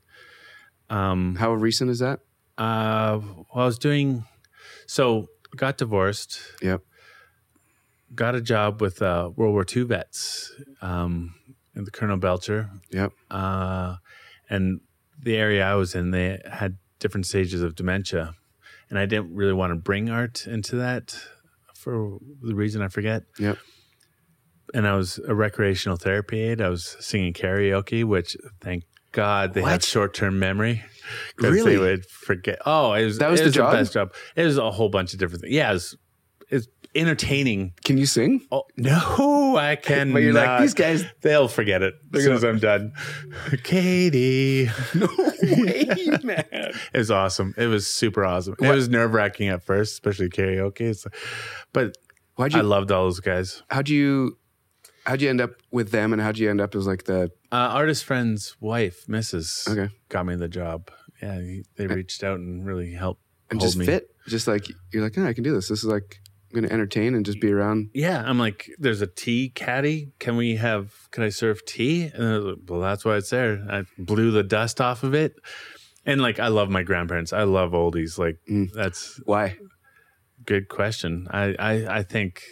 Speaker 2: Um,
Speaker 1: How recent is that?
Speaker 2: uh, well, I was doing so got divorced.
Speaker 1: Yep.
Speaker 2: Got a job with uh, World War II vets, um, and the Colonel Belcher.
Speaker 1: Yep.
Speaker 2: Uh, and the area I was in, they had different stages of dementia, and I didn't really want to bring art into that for the reason I forget.
Speaker 1: Yep.
Speaker 2: And I was a recreational therapy aide. I was singing karaoke, which thank God they
Speaker 1: What?
Speaker 2: have short term memory. 'Cause
Speaker 1: Really?
Speaker 2: They would forget. Oh, it was
Speaker 1: That was
Speaker 2: it
Speaker 1: the job?
Speaker 2: best job. It was a whole bunch of different things. Yeah, it was, it's entertaining.
Speaker 1: Can you sing?
Speaker 2: Oh no, I can.
Speaker 1: But you're like, "These guys-
Speaker 2: they'll forget it as soon as I'm done. Katie,
Speaker 1: No way, man.
Speaker 2: it was awesome. It was super awesome. It was nerve wracking at first, especially karaoke. It's- but
Speaker 1: Why'd
Speaker 2: I
Speaker 1: you?
Speaker 2: loved all those guys.
Speaker 1: how'd you? How'd you end up with them, and how'd you end up as like the?
Speaker 2: Uh, artist friend's wife, Mrs.
Speaker 1: Okay.
Speaker 2: got me the job. Yeah, he- they reached out and really helped.
Speaker 1: And
Speaker 2: hold
Speaker 1: just
Speaker 2: me.
Speaker 1: fit, just like you're like, no, I can do this. This is like I'm gonna entertain and just be around.
Speaker 2: Yeah, I'm like, there's a tea caddy. Can we have? Can I serve tea? And they're like, well, that's why it's there. I blew the dust off of it, and like, I love my grandparents. I love oldies. Like,
Speaker 1: Mm.
Speaker 2: that's
Speaker 1: Why?
Speaker 2: a good question. I I, I think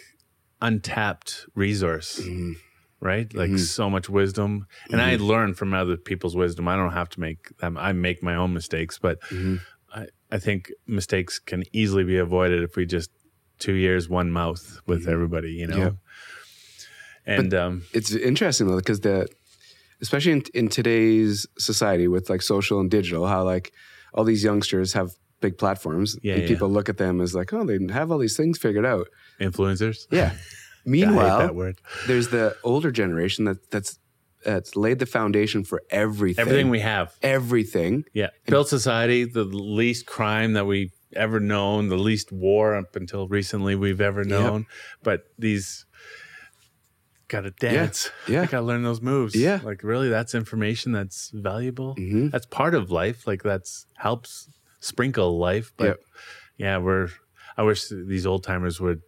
Speaker 2: untapped resource,
Speaker 1: Mm.
Speaker 2: right? Like
Speaker 1: Mhm.
Speaker 2: so much wisdom, and
Speaker 1: Mm-hmm.
Speaker 2: I learn from other people's wisdom. I don't have to make them. I make my own mistakes, but
Speaker 1: Mhm.
Speaker 2: I, I think mistakes can easily be avoided if we just two years, one mouth with everybody, you know?
Speaker 1: Mm-hmm. Yeah.
Speaker 2: And um,
Speaker 1: It's interesting though, because the, especially in, in today's society with like social and digital, how like all these youngsters have big platforms,
Speaker 2: Yeah,
Speaker 1: and
Speaker 2: yeah.
Speaker 1: people look at them as like, oh, they have all these things figured out.
Speaker 2: influencers.
Speaker 1: Yeah.
Speaker 2: I hate
Speaker 1: Meanwhile,
Speaker 2: that word.
Speaker 1: there's the older generation that that's that's laid the foundation for everything.
Speaker 2: Everything we have.
Speaker 1: everything.
Speaker 2: Yeah. Built society, the least crime that we've ever known, the least war up until recently we've ever known. But these gotta dance.
Speaker 1: Yeah.
Speaker 2: I gotta learn those moves.
Speaker 1: Yeah.
Speaker 2: Like really that's information that's valuable.
Speaker 1: Mhm.
Speaker 2: That's part of life. Like that's helps sprinkle life. But
Speaker 1: Yep.
Speaker 2: yeah, we're I wish these old timers would,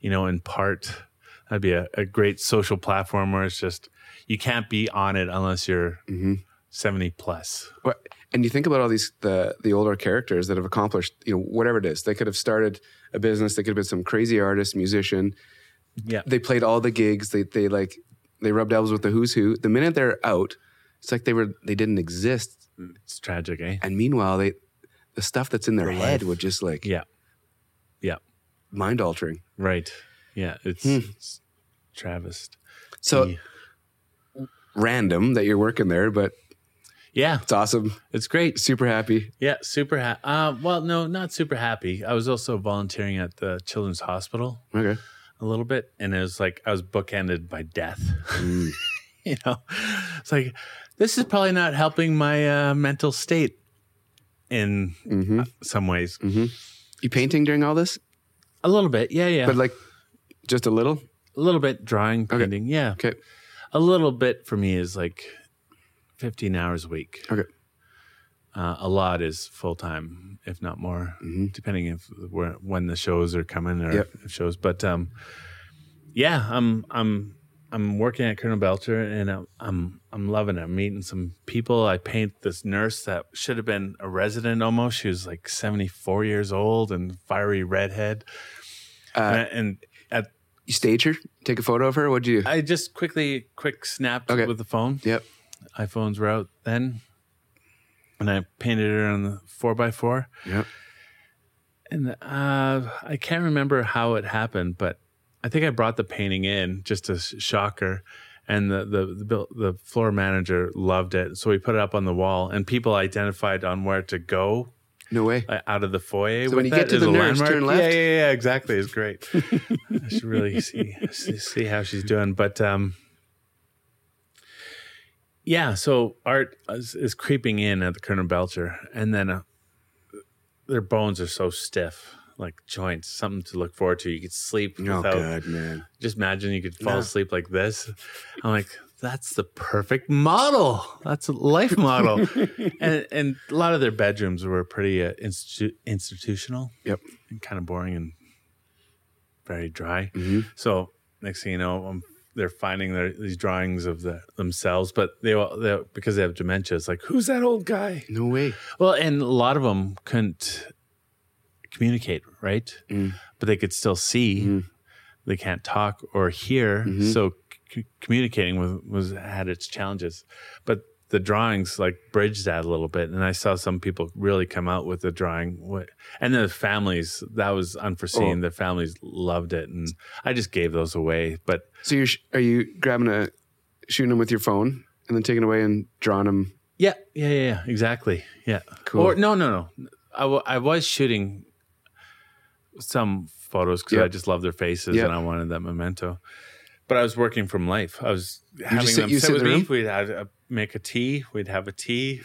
Speaker 2: you know, impart that'd be a, a great social platform where it's just you can't be on it unless you're
Speaker 1: Mhm.
Speaker 2: seventy plus.
Speaker 1: Wha- And you think about all these the the older characters that have accomplished, you know, whatever it is. They could have started a business. They could have been some crazy artist, musician.
Speaker 2: Yeah.
Speaker 1: They played all the gigs. They they like they rubbed elbows with the who's who. The minute they're out, it's like they were they didn't exist.
Speaker 2: It's tragic, eh?
Speaker 1: And meanwhile, they the stuff that's in their head would just like
Speaker 2: Yeah. Yeah.
Speaker 1: mind altering.
Speaker 2: Right. Yeah. It's,
Speaker 1: Hmm.
Speaker 2: it's travesty.
Speaker 1: So random that you're working there, but
Speaker 2: yeah,
Speaker 1: it's awesome.
Speaker 2: it's great.
Speaker 1: Super happy.
Speaker 2: Yeah, super happy. Uh, well, no, not super happy. I was also volunteering at the Children's Hospital
Speaker 1: Okay.
Speaker 2: a little bit, and it was like I was bookended by death.
Speaker 1: Mm.
Speaker 2: you know, it's like this is probably not helping my uh, mental state in uh,
Speaker 1: hmm
Speaker 2: some ways.
Speaker 1: You painting during all this?
Speaker 2: A little bit, yeah, yeah.
Speaker 1: But like just a little?
Speaker 2: a little bit drawing,
Speaker 1: Okay.
Speaker 2: painting, yeah.
Speaker 1: Okay.
Speaker 2: a little bit for me is like 15 hours a week.
Speaker 1: Okay.
Speaker 2: Uh, a lot is full time, if not more,
Speaker 1: Mhm.
Speaker 2: depending if where, when the shows are coming or
Speaker 1: Yep.
Speaker 2: if shows. But um, yeah, I'm I'm I'm working at Colonel Belcher, and I'm I'm, I'm loving it. I'm meeting some people. I paint this nurse that should have been a resident almost. She was like 74 years old and fiery redhead.
Speaker 1: Uh,
Speaker 2: and, and at
Speaker 1: You stage her? Take a photo of her? What'd you do?
Speaker 2: I just quickly quick snapped
Speaker 1: Okay.
Speaker 2: with the phone.
Speaker 1: Yep.
Speaker 2: iPhones were out then, and I painted her on the four x four.
Speaker 1: Yep.
Speaker 2: And uh, I can't remember how it happened, but I think I brought the painting in just to sh- shock her, and the the the, bill, the floor manager loved it, so we put it up on the wall, and people identified on where to go
Speaker 1: No way.
Speaker 2: uh, out of the foyer.
Speaker 1: So when
Speaker 2: with
Speaker 1: you
Speaker 2: that
Speaker 1: get to
Speaker 2: as
Speaker 1: the
Speaker 2: a
Speaker 1: nurse,
Speaker 2: landmark.
Speaker 1: turn left?
Speaker 2: Yeah, yeah, yeah, exactly. It's great. I should really see, see see how she's doing, but um, yeah. So art is, is creeping in at the Colonel Belcher, and then uh, their bones are so stiff, like joints. Something to look forward to. You could sleep
Speaker 1: Oh,
Speaker 2: without
Speaker 1: God, man.
Speaker 2: just imagine you could fall
Speaker 1: No.
Speaker 2: asleep like this. I'm like, that's the perfect model. That's a life model. and and a lot of their bedrooms were pretty uh, institu- institutional.
Speaker 1: Yep.
Speaker 2: And kind of boring and very dry.
Speaker 1: Mhm.
Speaker 2: So next thing you know, um they're finding their, these drawings of the, themselves, but they all- they because they have dementia. It's like, who's that old guy?
Speaker 1: No way.
Speaker 2: Well, and a lot of them couldn't communicate, right?
Speaker 1: Mm.
Speaker 2: But they could still see.
Speaker 1: Mhm.
Speaker 2: They can't talk or hear,
Speaker 1: Mhm.
Speaker 2: so c- communicating was, was had its challenges. But the drawings like bridged that a little bit, and I saw some people really come out with the drawing, wh- and the families that was unforeseen.
Speaker 1: Oh.
Speaker 2: The families loved it, and I just gave those away. But
Speaker 1: So you're, sh- are you grabbing a, shooting them with your phone and then taking away and drawing them?
Speaker 2: Yeah, yeah, yeah, yeah, exactly. Yeah.
Speaker 1: Cool.
Speaker 2: Or no, no, no. I wa- I was shooting some photos because
Speaker 1: Yep.
Speaker 2: I just love their faces
Speaker 1: Yep.
Speaker 2: and I wanted that memento. But I was working from life. I was having
Speaker 1: sit-
Speaker 2: them
Speaker 1: you
Speaker 2: sit,
Speaker 1: sit in
Speaker 2: with
Speaker 1: the
Speaker 2: me.
Speaker 1: room?
Speaker 2: We'd have a, make a tea. We'd have a tea.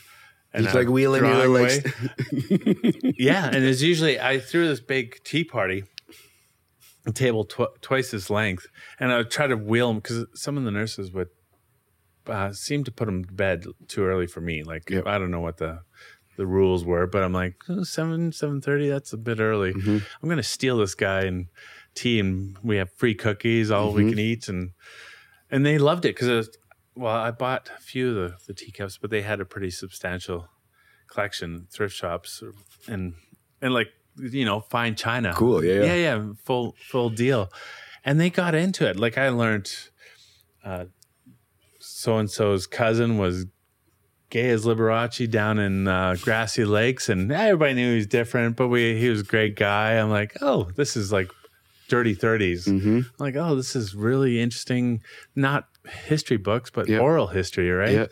Speaker 1: It's
Speaker 2: I'd
Speaker 1: like wheeling your
Speaker 2: drive
Speaker 1: legs.
Speaker 2: away. yeah, and it's usually I threw this big tea party, a table tw- twice its length, and I would try to wheel them because some of the nurses would uh, seem to put them to bed too early for me. Like
Speaker 1: Yep.
Speaker 2: I don't know what the the rules were, but I'm like "Oh, seven seven thirty. That's a bit early.
Speaker 1: Mm-hmm.
Speaker 2: I'm gonna steal this guy and tea, and we have free cookies, all
Speaker 1: Mm-hmm.
Speaker 2: we can eat, and and they loved it because well, I bought a few of the, the teacups, but they had a pretty substantial collection thrift shops and and like you know fine china
Speaker 1: Cool, yeah, yeah.
Speaker 2: yeah yeah full full deal and they got into it like i learned uh so and so's cousin was gay as liberace down in uh, grassy lakes and everybody knew he was different but we he was a great guy i'm like oh this is like dirty 30s I'm like oh this is really interesting not history books but
Speaker 1: Yep.
Speaker 2: oral history right
Speaker 1: Yeah.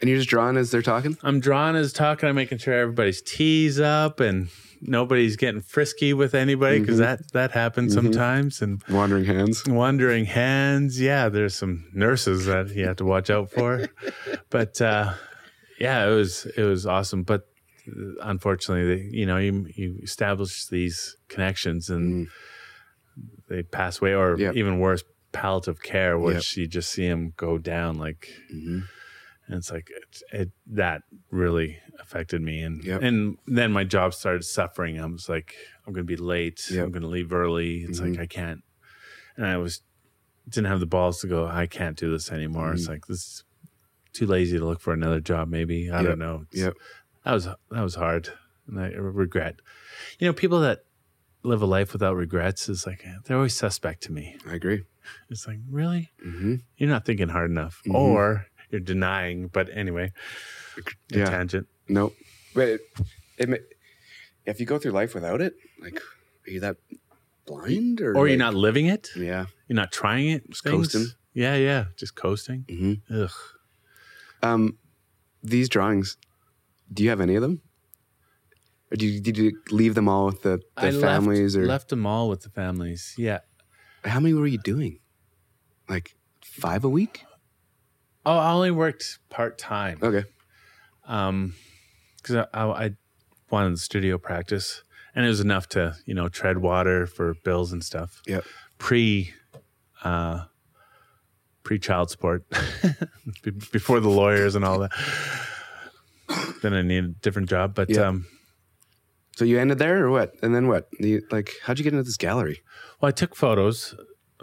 Speaker 1: And you're just drawing as they're talking?
Speaker 2: I'm drawing his talking. I'm making sure everybody's tees up and nobody's getting frisky with anybody because that that happens sometimes. And
Speaker 1: Wandering hands.
Speaker 2: wandering hands, yeah, there's some nurses that you have to watch out for. but uh, yeah, it was it was awesome. But uh, unfortunately, they, you know, you you establish these connections and they pass away, or
Speaker 1: Yep.
Speaker 2: even worse, palliative care, which you just see them go down like.
Speaker 1: Mm-hmm.
Speaker 2: And it's like it, it that really affected me, and
Speaker 1: Yep.
Speaker 2: and then my job started suffering. I was like, I'm going to be late.
Speaker 1: Yep. Mm-hmm.
Speaker 2: I'm going to leave early. It's like I can't. And I was didn't have the balls to go. I can't do this anymore. It's
Speaker 1: Mm-hmm.
Speaker 2: like this is too lazy to look for another job. Maybe I
Speaker 1: Yep.
Speaker 2: don't know. It's-
Speaker 1: Yep.
Speaker 2: that was that was hard, and I regret. You know, people that live a life without regrets is like they're always suspect to me.
Speaker 1: I agree.
Speaker 2: It's like really,
Speaker 1: Mm-hmm.
Speaker 2: you're not thinking hard enough, or you're denying. But anyway, a
Speaker 1: Yeah.
Speaker 2: tangent.
Speaker 1: Nope. But it, it, ma- if you go through life without it, like, are you that blind? Or,
Speaker 2: Or you're
Speaker 1: like-
Speaker 2: not living it.
Speaker 1: Yeah.
Speaker 2: You're not trying it. Just
Speaker 1: coasting.
Speaker 2: Yeah, yeah, just coasting.
Speaker 1: Mhm.
Speaker 2: Ugh.
Speaker 1: Um, these drawings, do you have any of them? Or do you, did you leave them all with the, the
Speaker 2: I left-
Speaker 1: families? or
Speaker 2: left them all with the families. Yeah.
Speaker 1: How many were you doing? Like five a week?
Speaker 2: Oh, I only worked part time.
Speaker 1: Okay.
Speaker 2: um because I, I, I wanted the studio practice and it was enough to you know tread water for bills and stuff
Speaker 1: Yep.
Speaker 2: pre uh pre child support Be- before the lawyers and all that then i needed a different job but
Speaker 1: Yeah.
Speaker 2: um
Speaker 1: So you ended there or what? And then what? You, like, how'd you get into this gallery?
Speaker 2: Well, I took photos,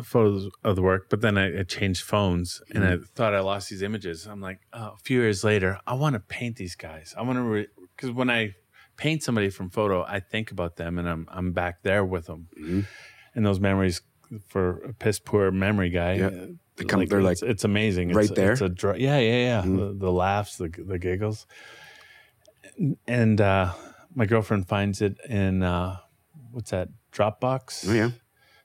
Speaker 2: photos of the work, but then I, I changed phones and
Speaker 1: Mm-hmm.
Speaker 2: I thought I lost these images. I'm like, oh, a few years later, I want to paint these guys. I want to, because when I paint somebody from photo, I think about them and I'm, I'm back there with them.
Speaker 1: Mm-hmm.
Speaker 2: And those memories for a piss poor memory guy.
Speaker 1: Yeah. They come- they're like
Speaker 2: it's, it's amazing.
Speaker 1: right
Speaker 2: it's,
Speaker 1: there. Mm-hmm.
Speaker 2: It's a dr- yeah, yeah, yeah. The, the laughs, the, the giggles. And uh, my girlfriend finds it in, uh, what's that, Dropbox?
Speaker 1: Oh, yeah.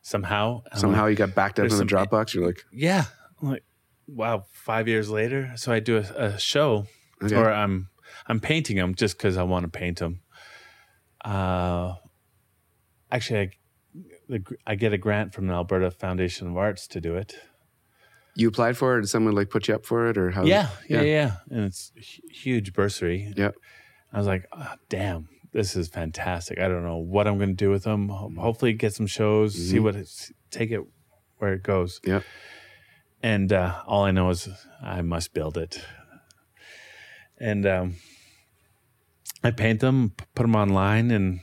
Speaker 2: somehow. I'm
Speaker 1: Somehow
Speaker 2: like,
Speaker 1: you got backed up in
Speaker 2: there's
Speaker 1: the
Speaker 2: some-
Speaker 1: Dropbox. You're like,
Speaker 2: yeah. I'm like, wow, five years later. So I do a, a show,
Speaker 1: Okay.
Speaker 2: or I'm I'm painting them just because I want to paint them. Uh, actually, I, the, gr- I get a grant from the Alberta Foundation of Arts to do it.
Speaker 1: you applied for it? Did someone like put you up for it? Or how?
Speaker 2: Yeah, yeah, yeah, and it's a hu- huge bursary.
Speaker 1: Yeah.
Speaker 2: I was like, ah, damn, this is fantastic. I don't know what I'm going to do with them. Ho- Hopefully, get some shows,
Speaker 1: Mm-hmm.
Speaker 2: see what it's, take it where it goes.
Speaker 1: Yeah.
Speaker 2: and uh, all I know is I must build it. And um, I paint them, p- put them online, and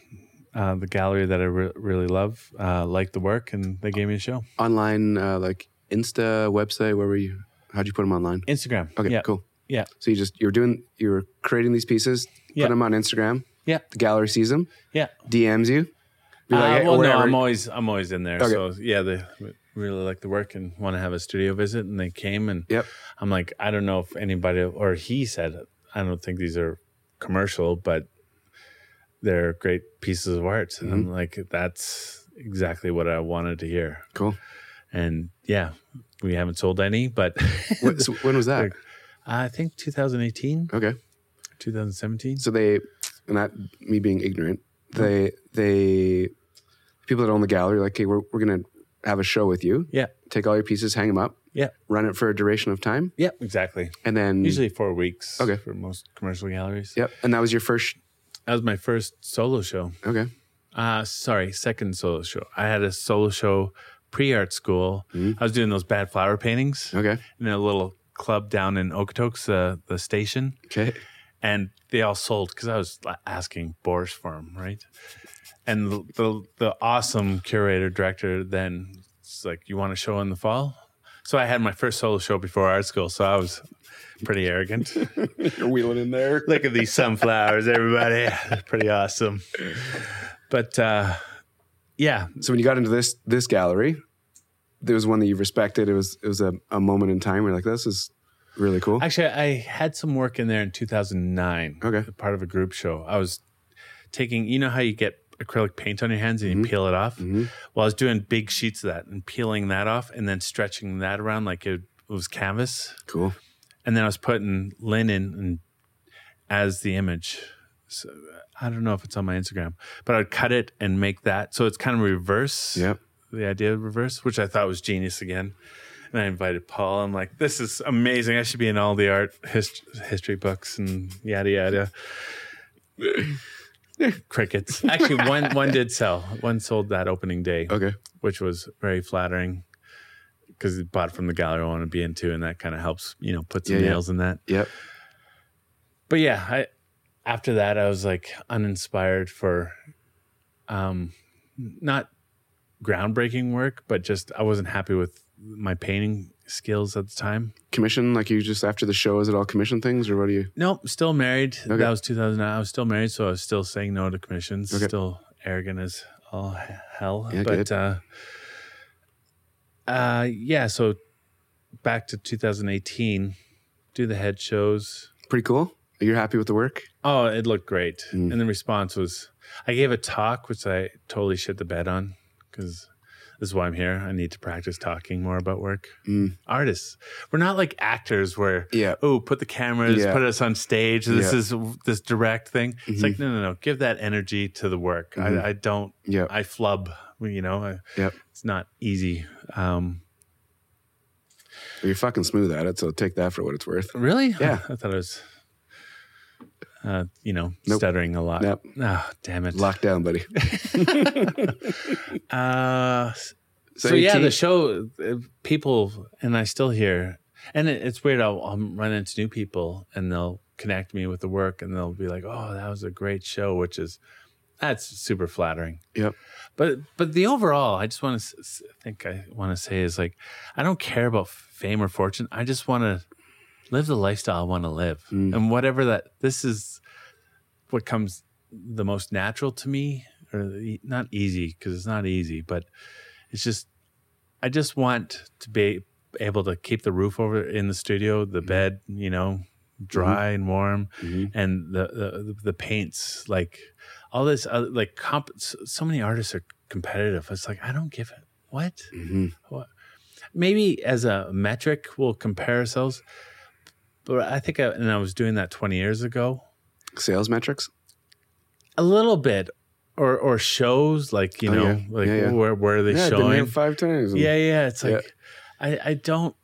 Speaker 2: uh, the gallery that I re- really love uh, liked the work, and they gave me a show.
Speaker 1: Online, uh, like Insta website. Where were you? How'd you put them online?
Speaker 2: Instagram.
Speaker 1: Okay,
Speaker 2: yeah.
Speaker 1: cool.
Speaker 2: Yeah,
Speaker 1: So you just you're doing you're creating these pieces, put
Speaker 2: Yeah.
Speaker 1: them on Instagram.
Speaker 2: yeah,
Speaker 1: The gallery sees them,
Speaker 2: yeah.
Speaker 1: DMs you. Be like,
Speaker 2: Uh,
Speaker 1: "Hey," or
Speaker 2: well, no,
Speaker 1: whatever.
Speaker 2: I'm always I'm always in there.
Speaker 1: Okay.
Speaker 2: So yeah, they really like the work and want to have a studio visit, and they came and
Speaker 1: Yep.
Speaker 2: I'm like, I don't know if anybody or he said, I don't think these are commercial, but they're great pieces of art, and I'm like, that's exactly what I wanted to hear.
Speaker 1: Cool.
Speaker 2: And yeah, we haven't sold any, but
Speaker 1: What, so when was that?
Speaker 2: I think 2018,
Speaker 1: Okay.
Speaker 2: 2017.
Speaker 1: So they, not me being ignorant, they they people that own the gallery are like, hey, we're, we're going to have a show with you.
Speaker 2: Yeah.
Speaker 1: Take all your pieces, hang them up,
Speaker 2: Yeah.
Speaker 1: run it for a duration of time,
Speaker 2: Yeah. Exactly.
Speaker 1: and then
Speaker 2: Usually four weeks.
Speaker 1: Mm-hmm. Okay.
Speaker 2: For most commercial galleries.
Speaker 1: Yep. And that was your first.
Speaker 2: That was my first solo show.
Speaker 1: Okay.
Speaker 2: Uh, sorry, second solo show. I had a solo show pre art school. I was doing those bad flower paintings
Speaker 1: Okay.
Speaker 2: in a little club down in Okotoks, uh, the station.
Speaker 1: Okay.
Speaker 2: and they all sold because I was like, asking Boris for them, right? And the, the the awesome curator director then it's like, "You want a show in the fall?" So I had my first solo show before art school, so I was pretty arrogant.
Speaker 1: You're wheeling in there.
Speaker 2: Look at these sunflowers, everybody! pretty awesome. But uh, yeah,
Speaker 1: So when you got into this this gallery, there was one that you respected. It was it was a, a moment in time where you're like, this is really cool.
Speaker 2: Actually, I had some work in there in 2009.
Speaker 1: Okay.
Speaker 2: Part of a group show. I was taking, you know how you get acrylic paint on your hands and you peel it off? Well, I was doing big sheets of that and peeling that off and then stretching that around like it, it was canvas.
Speaker 1: cool.
Speaker 2: And then I was putting linen and as the image. So I don't know if it's on my Instagram, but I'd cut it and make that. So it's kind of reverse
Speaker 1: Yep.
Speaker 2: the idea of reverse, which I thought was genius again. And I invited Paul. I'm like, this is amazing. I should be in all the art hist- history books and yada yada. Crickets. Actually, one one did sell. One sold that opening day,
Speaker 1: Okay.
Speaker 2: which was very flattering because it bought from the gallery I want to be into, and that kind of helps, you know, put some
Speaker 1: Yeah, yeah.
Speaker 2: nails in that.
Speaker 1: Yep.
Speaker 2: But yeah, I after that I was like uninspired for um not groundbreaking work, but just I wasn't happy with my painting skills at the time.
Speaker 1: Commission like you just after the show is it all commission things or what do you?
Speaker 2: Nope, still married.
Speaker 1: Okay.
Speaker 2: That was 2009. I was still married, so I was still saying no to commissions.
Speaker 1: Okay.
Speaker 2: Still arrogant as all he- hell.
Speaker 1: Yeah,
Speaker 2: but
Speaker 1: good.
Speaker 2: uh uh yeah, so back to 2018, do the head shows.
Speaker 1: Pretty cool. You're happy with the work?
Speaker 2: Oh, it looked great.
Speaker 1: Mm.
Speaker 2: And the response was I gave a talk, which I totally shit the bed on because this is why I'm here. I need to practice talking more about work.
Speaker 1: Mm.
Speaker 2: Artists, we're not like actors where,
Speaker 1: Yeah.
Speaker 2: oh, put the cameras,
Speaker 1: Yeah.
Speaker 2: put us on stage. This
Speaker 1: Yeah.
Speaker 2: is this direct thing. It's
Speaker 1: Mhm.
Speaker 2: like, no, no, no. Give that energy to the work.
Speaker 1: Mhm.
Speaker 2: I, I don't,
Speaker 1: Yeah.
Speaker 2: I flub, you know, I,
Speaker 1: Yep.
Speaker 2: it's not easy. Um,
Speaker 1: You're fucking smooth at it, so take that for what it's worth.
Speaker 2: really?
Speaker 1: Yeah.
Speaker 2: I thought I was, uh, you know,
Speaker 1: Nope.
Speaker 2: stuttering a lot.
Speaker 1: Yep.
Speaker 2: Oh, damn it.
Speaker 1: Lockdown, buddy.
Speaker 2: Uh,
Speaker 1: So
Speaker 2: so, yeah,
Speaker 1: 18
Speaker 2: the show uh, people, and I still hear, and it, it's weird. I'll, I'll run into new people, and they'll connect me with the work, and they'll be like, "Oh, that was a great show," which is that's super flattering.
Speaker 1: Yep.
Speaker 2: But but the overall, I just want to think I want to say is like, I don't care about fame or fortune. I just want to live the lifestyle I want to live,
Speaker 1: Mm.
Speaker 2: and whatever that this is, what comes the most natural to me, or the- not easy because it's not easy, but it's just I just want to be able to keep the roof over in the studio, the bed, you know, dry and warm,
Speaker 1: Mhm.
Speaker 2: and the, the the paints, like all this, other, like comp. So so many artists are competitive. It's like I don't give it. What?
Speaker 1: Mhm.
Speaker 2: Maybe as a metric, we'll compare ourselves. But I think, I, and I was doing that twenty years ago,
Speaker 1: Sales metrics?
Speaker 2: a little bit, or or shows like you
Speaker 1: Oh,
Speaker 2: know,
Speaker 1: yeah.
Speaker 2: like
Speaker 1: Yeah, yeah.
Speaker 2: where where are they
Speaker 1: yeah, I've been
Speaker 2: showing?
Speaker 1: here five times. and-
Speaker 2: Yeah, yeah. It's
Speaker 1: Mm. Yeah.
Speaker 2: like I, I don't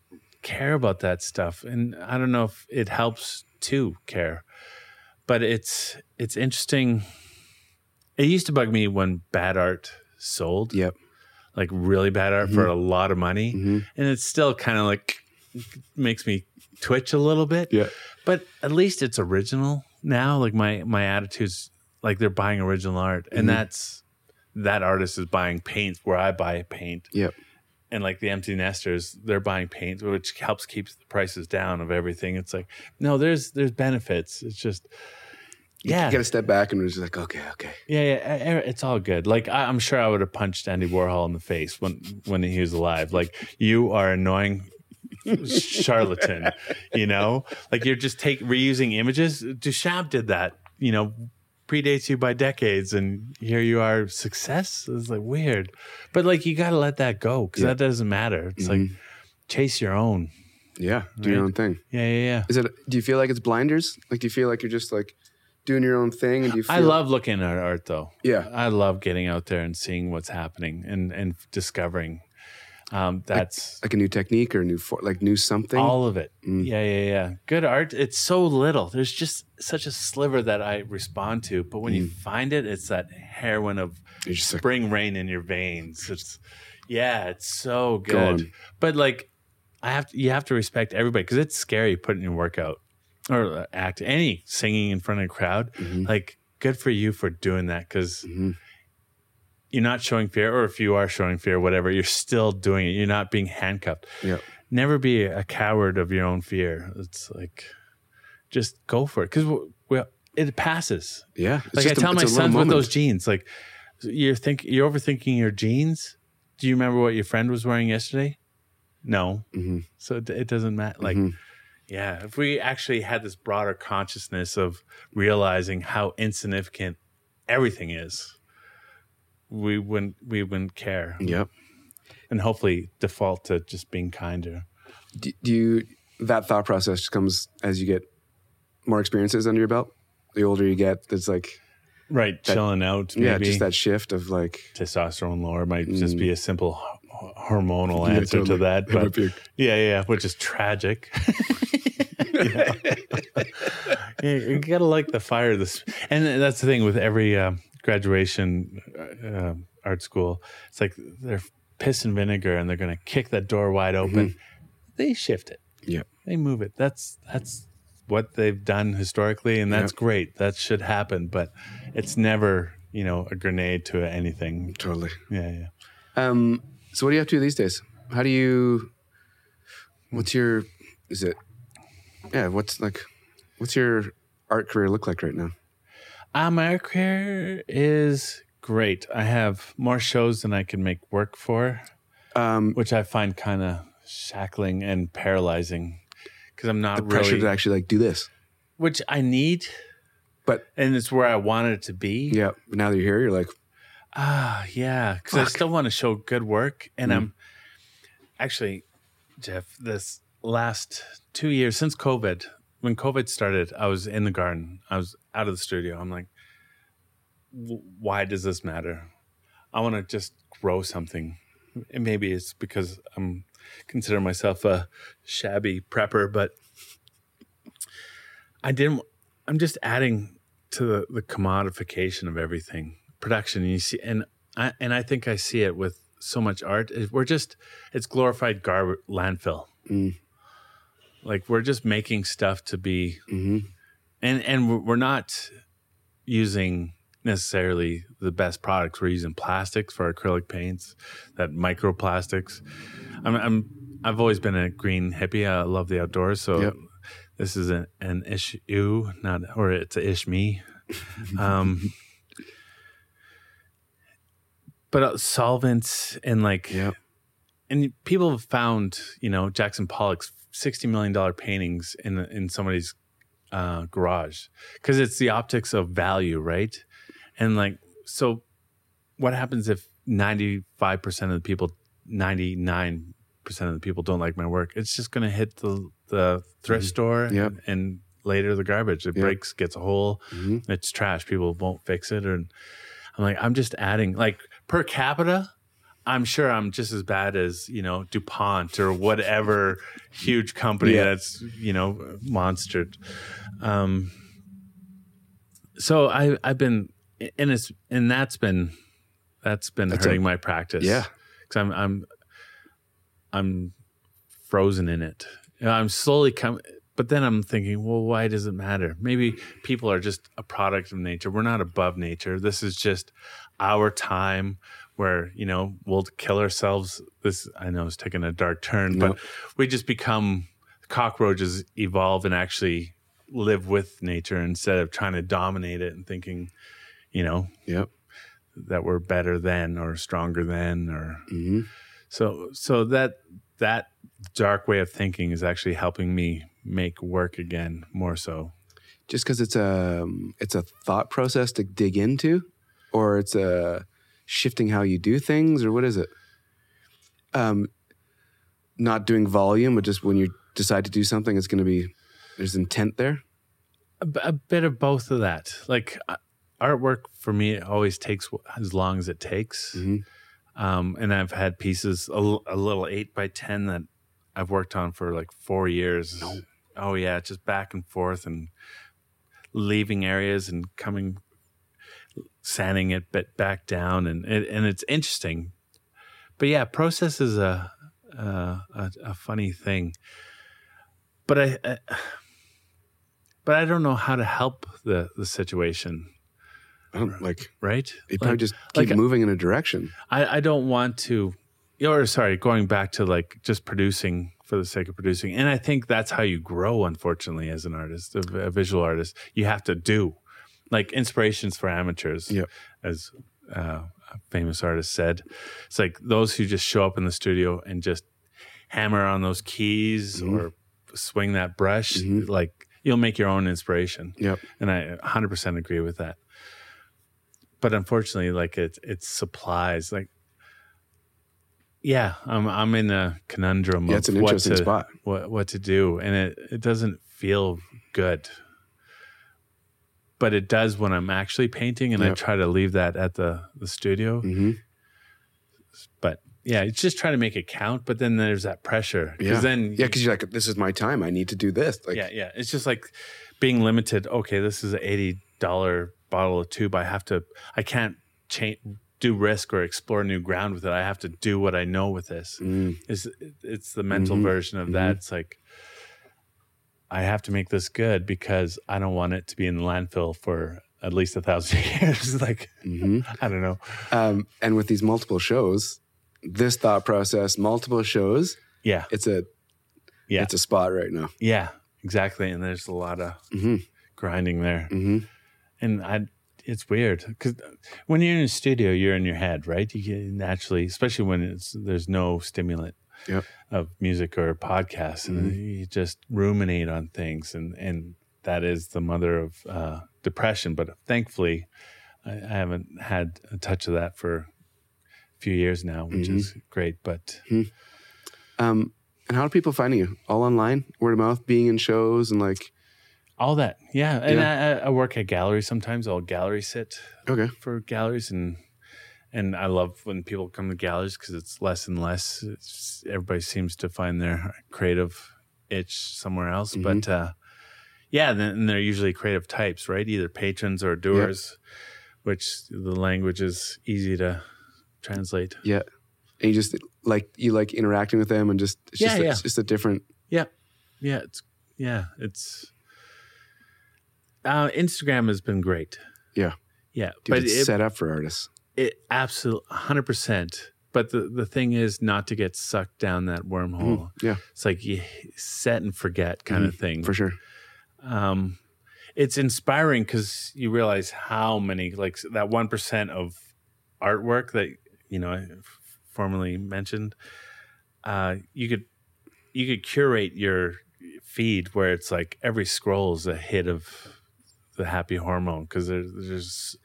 Speaker 2: care about that stuff, and I don't know if it helps to care, but it's it's interesting. It used to bug me when bad art sold,
Speaker 1: Yep.
Speaker 2: like really bad art for a
Speaker 1: Mm-hmm.
Speaker 2: lot of money,
Speaker 1: Mhm.
Speaker 2: and it's still kind of like makes me twitch a little bit.
Speaker 1: Yeah.
Speaker 2: But at least it's original now. Like my my attitude's like they're buying original art,
Speaker 1: Mm-hmm.
Speaker 2: and that's that artist is buying paint where I buy paint
Speaker 1: Yep.
Speaker 2: and like the empty nesters, they're buying paint, which helps keep the prices down of everything. It's like, no, there's there's benefits. It's just, yeah,
Speaker 1: You got to step back and just like, okay, okay.
Speaker 2: yeah, yeah. e- e- It's all good. Like I, I'm sure I would have punched Andy Warhol in the face when when he was alive. Like you are annoying charlatan. You know, like you're just take reusing images. Duchamp did that. You know, predates you by decades, and here you are. Success is like weird, but like you got to let that go because
Speaker 1: Yeah.
Speaker 2: that doesn't matter. It's like chase your own.
Speaker 1: Yeah. Do your
Speaker 2: Right.
Speaker 1: own thing.
Speaker 2: Yeah, yeah, yeah.
Speaker 1: Is it? Do you feel like it's blinders? Like, do you feel like you're just like doing your own thing? And do you feel,
Speaker 2: I love looking at art though.
Speaker 1: Yeah.
Speaker 2: I love getting out there and seeing what's happening and and discovering. Um, that's
Speaker 1: like a new technique or a new for, like new something.
Speaker 2: all of it.
Speaker 1: Mm.
Speaker 2: Yeah, yeah, yeah. Good art. It's so little. There's just such a sliver that I respond to, but when
Speaker 1: Mm.
Speaker 2: you find it, it's that heroin of
Speaker 1: You're just like,
Speaker 2: spring rain in your veins. It's yeah, it's so
Speaker 1: Go on.
Speaker 2: good. But like, I have to, you have to respect everybody because it's scary putting your work out or uh, act any singing in front of a crowd.
Speaker 1: Mhm.
Speaker 2: Like, good for you for doing that because
Speaker 1: Mhm.
Speaker 2: you're not showing fear, or if you are showing fear, whatever, you're still doing it. You're not being handcuffed.
Speaker 1: Yeah.
Speaker 2: Never be a coward of your own fear. It's like, just go for it because it passes
Speaker 1: yeah. It's
Speaker 2: like I
Speaker 1: just a-
Speaker 2: tell
Speaker 1: it's
Speaker 2: my
Speaker 1: a little
Speaker 2: sons with
Speaker 1: moment.
Speaker 2: those jeans, like you're think you're overthinking your jeans. Do you remember what your friend was wearing yesterday? No.
Speaker 1: Mhm.
Speaker 2: So it, it doesn't matter. Like,
Speaker 1: Mhm.
Speaker 2: yeah, if we actually had this broader consciousness of realizing how insignificant everything is, we wouldn't we wouldn't care,
Speaker 1: Yep.
Speaker 2: and hopefully default to just being kinder.
Speaker 1: do, do you that thought process just comes as you get more experiences under your belt the older you get it's like
Speaker 2: Right, chilling out. Maybe.
Speaker 1: yeah just that shift of like
Speaker 2: testosterone lower might just be a simple h- hormonal
Speaker 1: Yeah,
Speaker 2: answer
Speaker 1: totally.
Speaker 2: to that.
Speaker 1: It
Speaker 2: But
Speaker 1: would be-
Speaker 2: yeah, yeah, which is tragic. Yeah. you, you gotta like the fire. of This, and that's the thing with every um graduation uh, art school. It's like they're piss and vinegar, and they're gonna kick that door wide open. They shift it.
Speaker 1: Yeah.
Speaker 2: they move it. That's that's what they've done historically, and that's great. That should happen, but it's never you know a grenade to anything.
Speaker 1: totally
Speaker 2: Yeah, yeah.
Speaker 1: um so what do you have to these days how do you what's your is it yeah what's like what's your art career look like right now
Speaker 2: Uh, my art career is great. I have more shows than I can make work for,
Speaker 1: um
Speaker 2: which I find kind of shackling and paralyzing because I'm not
Speaker 1: pressure
Speaker 2: really,
Speaker 1: to actually like do this
Speaker 2: which I need,
Speaker 1: But-
Speaker 2: and it's where I want it to be.
Speaker 1: yeah but now that you're here you're like
Speaker 2: Ah, yeah, because I
Speaker 1: Fuck.
Speaker 2: still want to show good work, and I'm actually, Jeff. This last two years since COVID, when COVID started, I was in the garden. I was out of the studio. I'm like, "W- why does this matter? I want to just grow something. And maybe it's because I'm consider myself a shabby prepper, but I didn't. I'm just adding to the, the commodification of everything production you see and I, and I think I see it with so much art It- we're just it's glorified gar landfill
Speaker 1: Mm.
Speaker 2: like we're just making stuff to be
Speaker 1: hmm
Speaker 2: and and we're- we're not using necessarily the best products we're using plastics for acrylic paints that microplastics i'm, I'm i've always been a green hippie i love the outdoors so
Speaker 1: Yep.
Speaker 2: this is an, an issue not or it's a ish me um but uh, solvents and like
Speaker 1: yeah
Speaker 2: and people have found you know Jackson Pollock's sixty million dollar paintings in in somebody's uh, garage because it's the optics of value, right? And like, so what happens if ninety five percent of the people, ninety nine percent of the people don't like my work? It's just going to hit the the thrift store
Speaker 1: Mm-hmm. Yep.
Speaker 2: and, and later the garbage. It
Speaker 1: Yep.
Speaker 2: breaks, gets a hole.
Speaker 1: Mhm.
Speaker 2: It's trash. People won't fix it. And I'm like, I'm just adding like per capita. I'm sure I'm just as bad as you know DuPont or whatever huge company
Speaker 1: Yeah.
Speaker 2: that's you know monstered. Um, so I I've been and it's and that's been that's been
Speaker 1: That's
Speaker 2: hurting
Speaker 1: a-
Speaker 2: my practice.
Speaker 1: yeah.
Speaker 2: because I'm I'm I'm frozen in it. And I'm slowly coming, but then I'm thinking, well, why does it matter? Maybe people are just a product of nature. We're not above nature. This is just our time where you know we'll kill ourselves. This I know is taking a dark turn,
Speaker 1: No.
Speaker 2: but we just become cockroaches, evolve, and actually live with nature instead of trying to dominate it and thinking, you know,
Speaker 1: yep
Speaker 2: that we're better than or stronger than or
Speaker 1: hmm
Speaker 2: so so that that dark way of thinking is actually helping me make work again more so.
Speaker 1: just because it's a um, it's a thought process to dig into, or it's a shifting how you do things, or what is it? Um, not doing volume, but just when you decide to do something, it's going to be there's intent there.
Speaker 2: a, b- a bit of both of that. Like uh, artwork for me always takes wh- as long as it takes.
Speaker 1: Mhm.
Speaker 2: Um, and I've had pieces a, l- a little eight by ten that I've worked on for like four years.
Speaker 1: No.
Speaker 2: Oh yeah, just back and forth and leaving areas and coming, sanding it bit back down, and it, and it's interesting. But yeah, process is a uh, a, a funny thing. But I, I but I don't know how to help the the situation,
Speaker 1: I don't like.
Speaker 2: right?
Speaker 1: They probably
Speaker 2: Like,
Speaker 1: just keep
Speaker 2: like-
Speaker 1: moving in a direction.
Speaker 2: I, I don't want to, or sorry, going back to like just producing for the sake of producing, and I think that's how you grow. Unfortunately, as an artist, a, a visual artist, you have to do, like inspirations for amateurs,
Speaker 1: Yep.
Speaker 2: as uh, a famous artist said. It's like those who just show up in the studio and just hammer on those keys
Speaker 1: Mhm.
Speaker 2: or swing that brush,
Speaker 1: Mhm.
Speaker 2: like you'll make your own inspiration
Speaker 1: Yep.
Speaker 2: and I 100% agree with that. But unfortunately, like it, it's supplies. Like, yeah, I'm I'm in a conundrum.
Speaker 1: Yeah,
Speaker 2: of
Speaker 1: it's an
Speaker 2: what
Speaker 1: interesting
Speaker 2: to,
Speaker 1: spot.
Speaker 2: What what to do, and it it doesn't feel good. But it does when I'm actually painting, and I
Speaker 1: Yeah.
Speaker 2: try to leave that at the the studio.
Speaker 1: hmm
Speaker 2: But yeah, it's just trying to make it count. But then there's that pressure because
Speaker 1: Yeah.
Speaker 2: then
Speaker 1: Yeah, because you're like, this is my time. I need to do this. Like,
Speaker 2: yeah, yeah. It's just like being limited. Okay, this is an eighty dollar bottle of tube. I have to. I can't change, do risk or explore new ground with it. I have to do what I know with this.
Speaker 1: mm,
Speaker 2: It's it's the mental
Speaker 1: Mhm,
Speaker 2: version of that. It's like I have to make this good because I don't want it to be in the landfill for at least a thousand years. like
Speaker 1: mhm.
Speaker 2: I don't know.
Speaker 1: Um, and with these multiple shows, this thought process, multiple shows,
Speaker 2: Yeah,
Speaker 1: it's a
Speaker 2: Yeah.
Speaker 1: it's a spot right now.
Speaker 2: yeah, exactly. And there's a lot of
Speaker 1: hmm
Speaker 2: grinding there.
Speaker 1: hmm
Speaker 2: and I, it's weird because when you're in a studio, you're in your head, right? You can naturally, especially when it's there's no stimulant
Speaker 1: Yep.
Speaker 2: of music or podcasts, and you just ruminate on things, and and that is the mother of uh, depression. But thankfully, I, I haven't had a touch of that for a few years now, which
Speaker 1: Mhm.
Speaker 2: is great. But
Speaker 1: Um, and how are people finding you? All online, word of mouth, being in shows, and like,
Speaker 2: all that, yeah, and I I, I work at galleries sometimes. I'll gallery sit.
Speaker 1: okay,
Speaker 2: for galleries and and I love when people come to galleries because it's less and less. It's, everybody seems to find their creative itch somewhere else,
Speaker 1: Mm-hmm.
Speaker 2: but uh, yeah, and, then- and they're usually creative types, right? Either patrons or doers, which the language is easy to translate.
Speaker 1: yeah. And you just like you like interacting with them, and just it's just
Speaker 2: Yeah,
Speaker 1: a,
Speaker 2: yeah.
Speaker 1: it's just a different.
Speaker 2: Yeah, yeah, it's yeah, it's. Uh, Instagram has been great.
Speaker 1: Yeah.
Speaker 2: yeah,
Speaker 1: Dude, it's set up for artists.
Speaker 2: It absolutely 100%. But the, the thing is not to get sucked down that wormhole.
Speaker 1: Yeah,
Speaker 2: It's like you set and forget kind of thing.
Speaker 1: for sure.
Speaker 2: Um, it's inspiring because you realize how many, like that 1% of artwork that, you know, I f- formerly mentioned, uh, you could, you could curate your feed where it's like every scroll is a hit of the happy hormone because there's, there's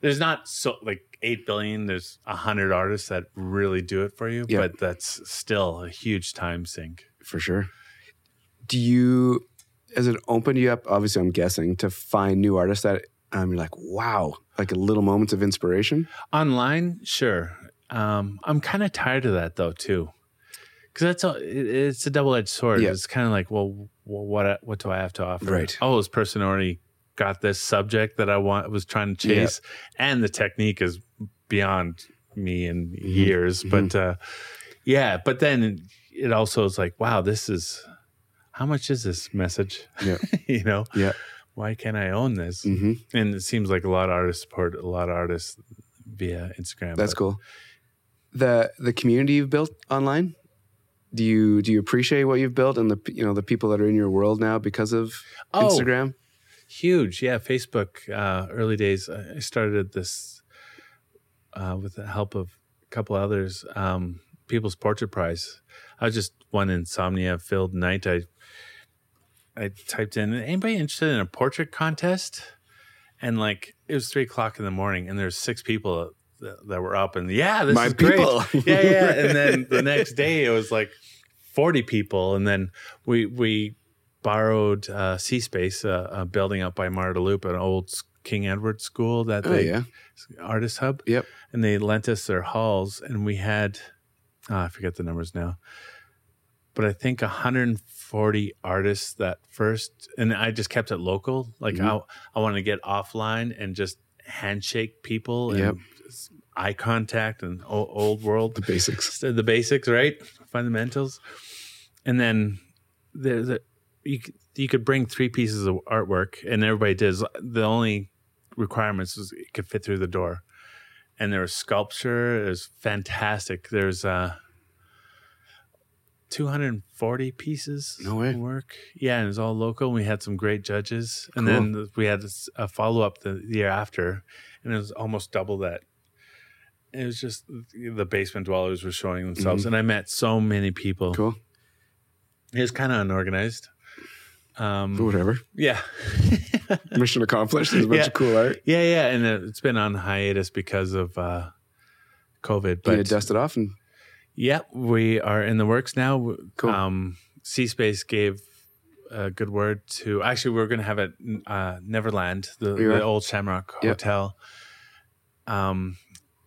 Speaker 2: there's not so like eight billion. There's a hundred artists that really do it for you,
Speaker 1: Yeah.
Speaker 2: but that's still a huge time sink.
Speaker 1: for sure. Do you, has it opened you up? Obviously, I'm guessing to find new artists that um, you're like, wow, like little moments of inspiration.
Speaker 2: Online, sure. Um, I'm kind of tired of that though too, because that's a, it, it's a double edged sword.
Speaker 1: Yeah.
Speaker 2: It's kind of like, well, well, what what do I have to offer?
Speaker 1: Right.
Speaker 2: Oh, this person already got this subject that I want was trying to
Speaker 1: Yeah.
Speaker 2: chase, and the technique is beyond me in
Speaker 1: Mm-hmm.
Speaker 2: years. But uh, yeah, but then it also is like, wow, this is how much is this message?
Speaker 1: Yeah.
Speaker 2: you know,
Speaker 1: Yeah.
Speaker 2: Why can't I own this?
Speaker 1: Mm-hmm.
Speaker 2: And it seems like a lot of artists support a lot of artists via Instagram.
Speaker 1: That's
Speaker 2: but-
Speaker 1: cool. The the community you've built online. Do you do you appreciate what you've built and the you know the people that are in your world now because of
Speaker 2: Oh,
Speaker 1: Instagram?
Speaker 2: huge. Yeah, Facebook. Uh, early days, I I started this uh, with the help of a couple others. Um, People's Portrait Prize. I was just one insomnia-filled night. I I typed in anybody interested in a portrait contest, and like it was three o'clock in the morning, and there's six people that, that were up, and yeah, this
Speaker 1: My
Speaker 2: is great.
Speaker 1: people.
Speaker 2: yeah, yeah. And then the next day it was like 40 people. And then we, we borrowed uh, sea space, uh, a building up by Martaloup, an old s- King Edward school that
Speaker 1: Oh,
Speaker 2: they
Speaker 1: yeah.
Speaker 2: artist hub.
Speaker 1: Yep.
Speaker 2: And they lent us their halls, and we had ah, I forget the numbers now, but I think 140 artists that first, and I just kept it local. Like
Speaker 1: Mhm.
Speaker 2: I, I wanted to get offline and just handshake people and
Speaker 1: Yep.
Speaker 2: s- eye contact and o- old world
Speaker 1: The basics.
Speaker 2: just the basics, right? Fundamentals, and then there's a, you c- you could bring three pieces of artwork, and everybody did. The only requirements was it could fit through the door, and there was sculpture. It was fantastic. There's uh, 240 pieces
Speaker 1: No way.
Speaker 2: of work. Yeah, and it was all local. We had some great judges, and
Speaker 1: Cool.
Speaker 2: then we had this- a follow up the year after, and it was almost double that it was just the basement dwellers were showing themselves and i met so many people
Speaker 1: Cool.
Speaker 2: it was kind of unorganized um
Speaker 1: But whatever.
Speaker 2: yeah
Speaker 1: Mission accomplished. There's a bunch
Speaker 2: Yeah.
Speaker 1: of cool art.
Speaker 2: yeah yeah and it- it's been on hiatus because of uh covid
Speaker 1: But,
Speaker 2: but
Speaker 1: you dust it off and
Speaker 2: yeah we are in the works now W-
Speaker 1: Cool.
Speaker 2: um c space gave a good word to actually we are going to have it uh neverland the,
Speaker 1: We were.
Speaker 2: the old shamrock
Speaker 1: Yep.
Speaker 2: hotel um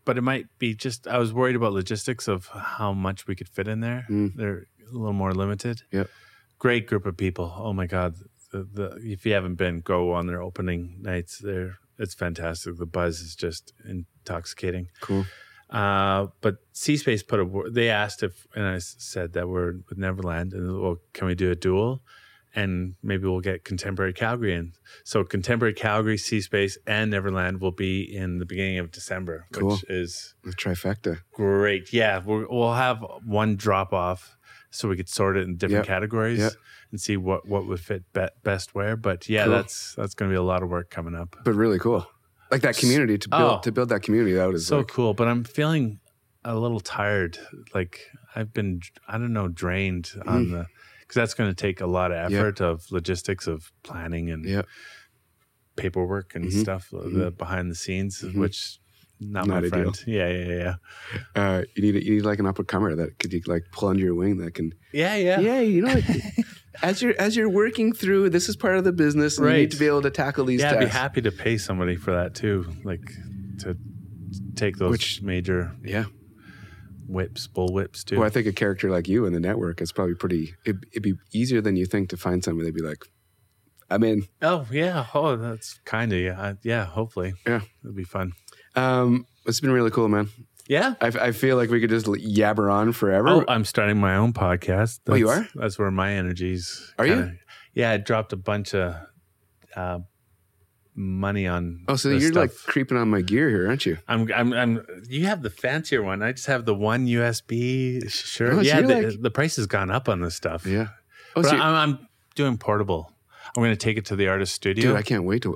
Speaker 2: but it might be just i was worried about logistics of how much we could fit in there
Speaker 1: Mm.
Speaker 2: they're a little more limited
Speaker 1: Yep.
Speaker 2: great group of people oh my god the, the, if you haven't been go on their opening nights there it's fantastic the buzz is just intoxicating
Speaker 1: cool.
Speaker 2: uh, but C Space put a wor- they asked if, and I s- said that we're with Neverland, and well, can we do a duel? And maybe we'll get Contemporary Calgary in. So Contemporary Calgary, C Space, and Neverland will be in the beginning of December,
Speaker 1: Cool.
Speaker 2: which is
Speaker 1: The trifecta.
Speaker 2: great. Yeah, we're, we'll have one drop off so we could sort it in different
Speaker 1: Yeah.
Speaker 2: categories
Speaker 1: Yeah.
Speaker 2: and see what what would fit be- best where. But yeah,
Speaker 1: Cool.
Speaker 2: that's that's going to be a lot of work coming up.
Speaker 1: But really cool. Like that community to build
Speaker 2: Oh.
Speaker 1: to build that community that is
Speaker 2: so
Speaker 1: like,
Speaker 2: cool but i'm feeling a little tired like i've been i don't know drained on the because that's going to take a lot of
Speaker 1: Mm. Yeah.
Speaker 2: effort of logistics of planning and
Speaker 1: Yeah.
Speaker 2: paperwork and
Speaker 1: Mhm.
Speaker 2: stuff uh, the behind the scenes
Speaker 1: Mhm.
Speaker 2: which not,
Speaker 1: Not
Speaker 2: my
Speaker 1: ideal.
Speaker 2: friend yeah yeah yeah
Speaker 1: uh, you need a, you need like an up and comer that could you like pull under your wing that can
Speaker 2: yeah yeah yeah
Speaker 1: yeah, you know, like, as you're as you're working through, this is part of the business, and you
Speaker 2: Right.
Speaker 1: need to be able to tackle these
Speaker 2: yeah i'd be
Speaker 1: tasks.
Speaker 2: happy to pay somebody for that too like to take those
Speaker 1: Which-
Speaker 2: major
Speaker 1: yeah,
Speaker 2: whips bull whips too
Speaker 1: well, Oh, I think a character like you in the network is probably pretty. It, it'd be easier than you think to find somebody. They'd be like, "I'm in."
Speaker 2: oh yeah oh that's kind of yeah I- yeah hopefully
Speaker 1: Yeah.
Speaker 2: it'll be fun
Speaker 1: Um, it's been really cool, man.
Speaker 2: yeah
Speaker 1: I, I feel like we could just yabber on forever.
Speaker 2: Oh, I'm starting my own podcast.
Speaker 1: Oh, you
Speaker 2: That's- That's where my energies.
Speaker 1: Are you?
Speaker 2: Yeah, I dropped a bunch of uh, money on.
Speaker 1: Oh, so
Speaker 2: this
Speaker 1: you're like
Speaker 2: stuff.
Speaker 1: creeping on my gear here, aren't you?
Speaker 2: I'm, I'm, I'm. You have the fancier one. I just have the one USB shirt.
Speaker 1: Oh, so
Speaker 2: yeah,
Speaker 1: you're
Speaker 2: the,
Speaker 1: like-
Speaker 2: the price has gone up on this stuff.
Speaker 1: Yeah. Oh,
Speaker 2: but
Speaker 1: so you're-
Speaker 2: I'm, I'm doing portable. I'm going to take it to the artist studio.
Speaker 1: dude, I can't wait to.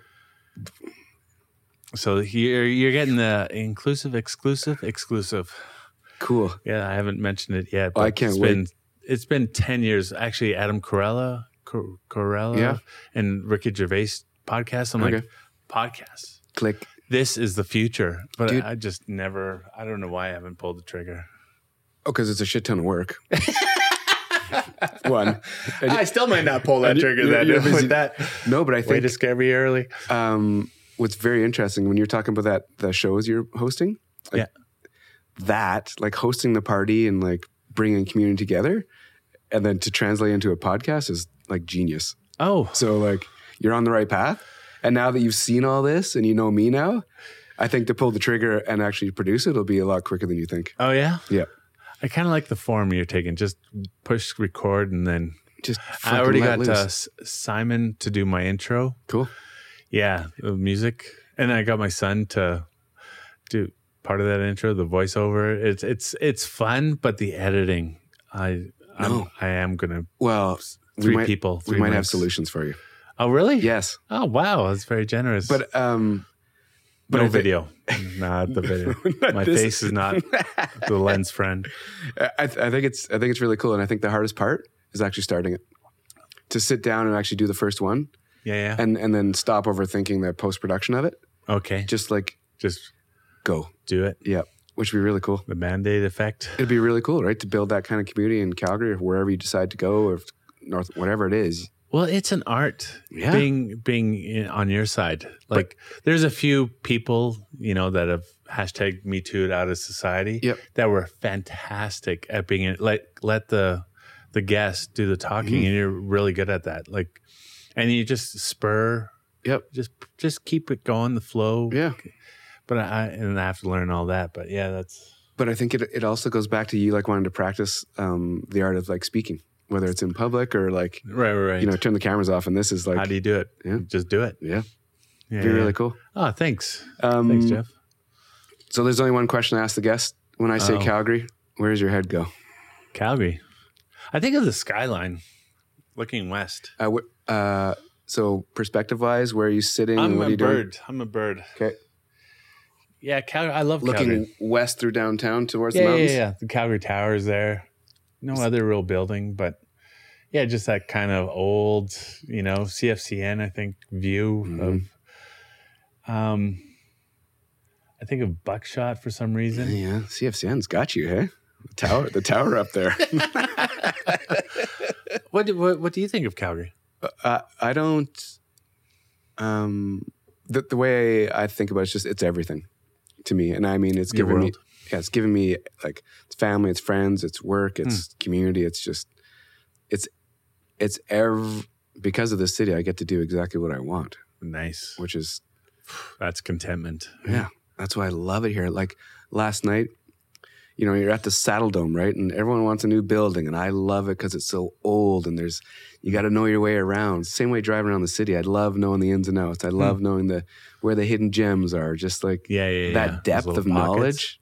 Speaker 2: so you're you're getting the inclusive, exclusive, exclusive.
Speaker 1: Cool.
Speaker 2: Yeah, I haven't mentioned it yet.
Speaker 1: Oh, I
Speaker 2: but
Speaker 1: can't
Speaker 2: it's
Speaker 1: wait.
Speaker 2: Been, it's been ten years. Actually, Adam Corella, Cor- Corella,
Speaker 1: Yeah.
Speaker 2: and Ricky Gervais podcast. I'm like,
Speaker 1: Okay.
Speaker 2: podcasts.
Speaker 1: Click.
Speaker 2: This is the future. But
Speaker 1: Dude.
Speaker 2: I just never. I don't know why I haven't pulled the trigger.
Speaker 1: Oh, because it's a shit ton of work. One. And-
Speaker 2: I still might not pull that
Speaker 1: you-
Speaker 2: trigger.
Speaker 1: you're-
Speaker 2: Then
Speaker 1: you're
Speaker 2: with
Speaker 1: busy-
Speaker 2: that
Speaker 1: no, but I
Speaker 2: way
Speaker 1: think
Speaker 2: to scare me early.
Speaker 1: um, what's very interesting when you're talking about that the shows you're hosting, like
Speaker 2: Yeah.
Speaker 1: that like hosting the party and like bringing community together, and then to translate into a podcast is like genius.
Speaker 2: Oh,
Speaker 1: So like you're on the right path, and now that you've seen all this and you know me now, I think to pull the trigger and actually produce it will be a lot quicker than you think.
Speaker 2: oh yeah,
Speaker 1: Yeah.
Speaker 2: I kind of like the form you're taking. Just push record and then.
Speaker 1: Just
Speaker 2: I already
Speaker 1: fucking
Speaker 2: got
Speaker 1: let
Speaker 2: uh,
Speaker 1: loose.
Speaker 2: S- Simon to do my intro.
Speaker 1: cool.
Speaker 2: Yeah, the music, and I got my son to do part of that intro, the voiceover. It's it's it's fun, but the editing, I I'm,
Speaker 1: No.
Speaker 2: I am gonna
Speaker 1: Well, we
Speaker 2: three
Speaker 1: might-
Speaker 2: people. Three
Speaker 1: we might have
Speaker 2: mics.
Speaker 1: solutions for you.
Speaker 2: Oh really?
Speaker 1: Yes,
Speaker 2: Oh wow, that's very generous.
Speaker 1: but um, but
Speaker 2: no
Speaker 1: I thi-
Speaker 2: video, not the video.
Speaker 1: Not
Speaker 2: my
Speaker 1: this-
Speaker 2: face is not the lens friend.
Speaker 1: I, th- I think it's I think it's really cool, and I think the hardest part is actually starting it. To sit down and actually do the first one,
Speaker 2: Yeah, yeah.
Speaker 1: and and then stop overthinking the post production of it.
Speaker 2: Okay,
Speaker 1: Just like
Speaker 2: just
Speaker 1: go,
Speaker 2: do it.
Speaker 1: yeah, which would be really cool.
Speaker 2: The band aid effect.
Speaker 1: It'd be really cool, right, to build that kind of community in Calgary or wherever you decide to go, or if North, whatever it is.
Speaker 2: Well, it's an art
Speaker 1: Yeah.
Speaker 2: being being in, on your side. Like, there's a few people you know that have hashtag Me Too out of society
Speaker 1: Yep.
Speaker 2: that were fantastic at being in, let let the the guests do the talking,
Speaker 1: Mm-hmm.
Speaker 2: and you're really good at that. Like, and you just spur,
Speaker 1: Yep.
Speaker 2: just just keep it going, the flow.
Speaker 1: Yeah.
Speaker 2: But I and I have to learn all that. But yeah, that's
Speaker 1: But I think it, it also goes back to you like wanting to practice um, the art of like speaking, whether it's in public or like,
Speaker 2: right, right. right.
Speaker 1: you know, turn the cameras off. And this is like,
Speaker 2: How do you do it?
Speaker 1: Yeah.
Speaker 2: Just do it.
Speaker 1: yeah,
Speaker 2: Yeah,
Speaker 1: be
Speaker 2: yeah.
Speaker 1: really cool.
Speaker 2: Oh, thanks.
Speaker 1: Um,
Speaker 2: Thanks, Jeff.
Speaker 1: So there's only one question I ask the guest when I say
Speaker 2: Oh.
Speaker 1: Calgary. Where's your head go?
Speaker 2: Calgary. I think of the skyline looking west.
Speaker 1: Uh, wh- uh, so perspective wise, where are you sitting? and
Speaker 2: I'm
Speaker 1: what are
Speaker 2: a
Speaker 1: you
Speaker 2: bird. I'm a bird.
Speaker 1: doing? Okay,
Speaker 2: Yeah, Calgary. I love
Speaker 1: looking
Speaker 2: Calgary.
Speaker 1: west through downtown towards
Speaker 2: Yeah,
Speaker 1: the
Speaker 2: yeah, yeah,
Speaker 1: mountains.
Speaker 2: yeah. The Calgary Tower is there. No other real building, but yeah, just that kind of old, you know, CFCN, I think, view
Speaker 1: Mhm.
Speaker 2: of.
Speaker 1: Mm-hmm.
Speaker 2: Um, I think of Buckshot for some reason.
Speaker 1: Yeah, CFCN's got you, hey? The tower, the tower up there.
Speaker 2: What, do- what What do you think of Calgary?
Speaker 1: uh, I don't. Um, the, the way I think about it, it's just it's everything to me, and I mean it's
Speaker 2: Your
Speaker 1: given me.
Speaker 2: world.
Speaker 1: Yeah, it's given me like it's family, it's friends, it's work, it's
Speaker 2: Hmm.
Speaker 1: community. It's just, it's, it's ev. Because of this city, I get to do exactly what I want,
Speaker 2: Nice.
Speaker 1: which is
Speaker 2: That's contentment.
Speaker 1: Yeah, that's why I love it here. Like last night, you know, you're at the Saddle Dome, right? And everyone wants a new building, and I love it because it's so old. And there's you got to know your way around. Same way driving around the city, I love knowing the ins and outs. I
Speaker 2: Hmm.
Speaker 1: love knowing the where the hidden gems are. Just like
Speaker 2: Yeah, yeah, yeah. Those
Speaker 1: that depth
Speaker 2: little
Speaker 1: of
Speaker 2: pockets.
Speaker 1: knowledge.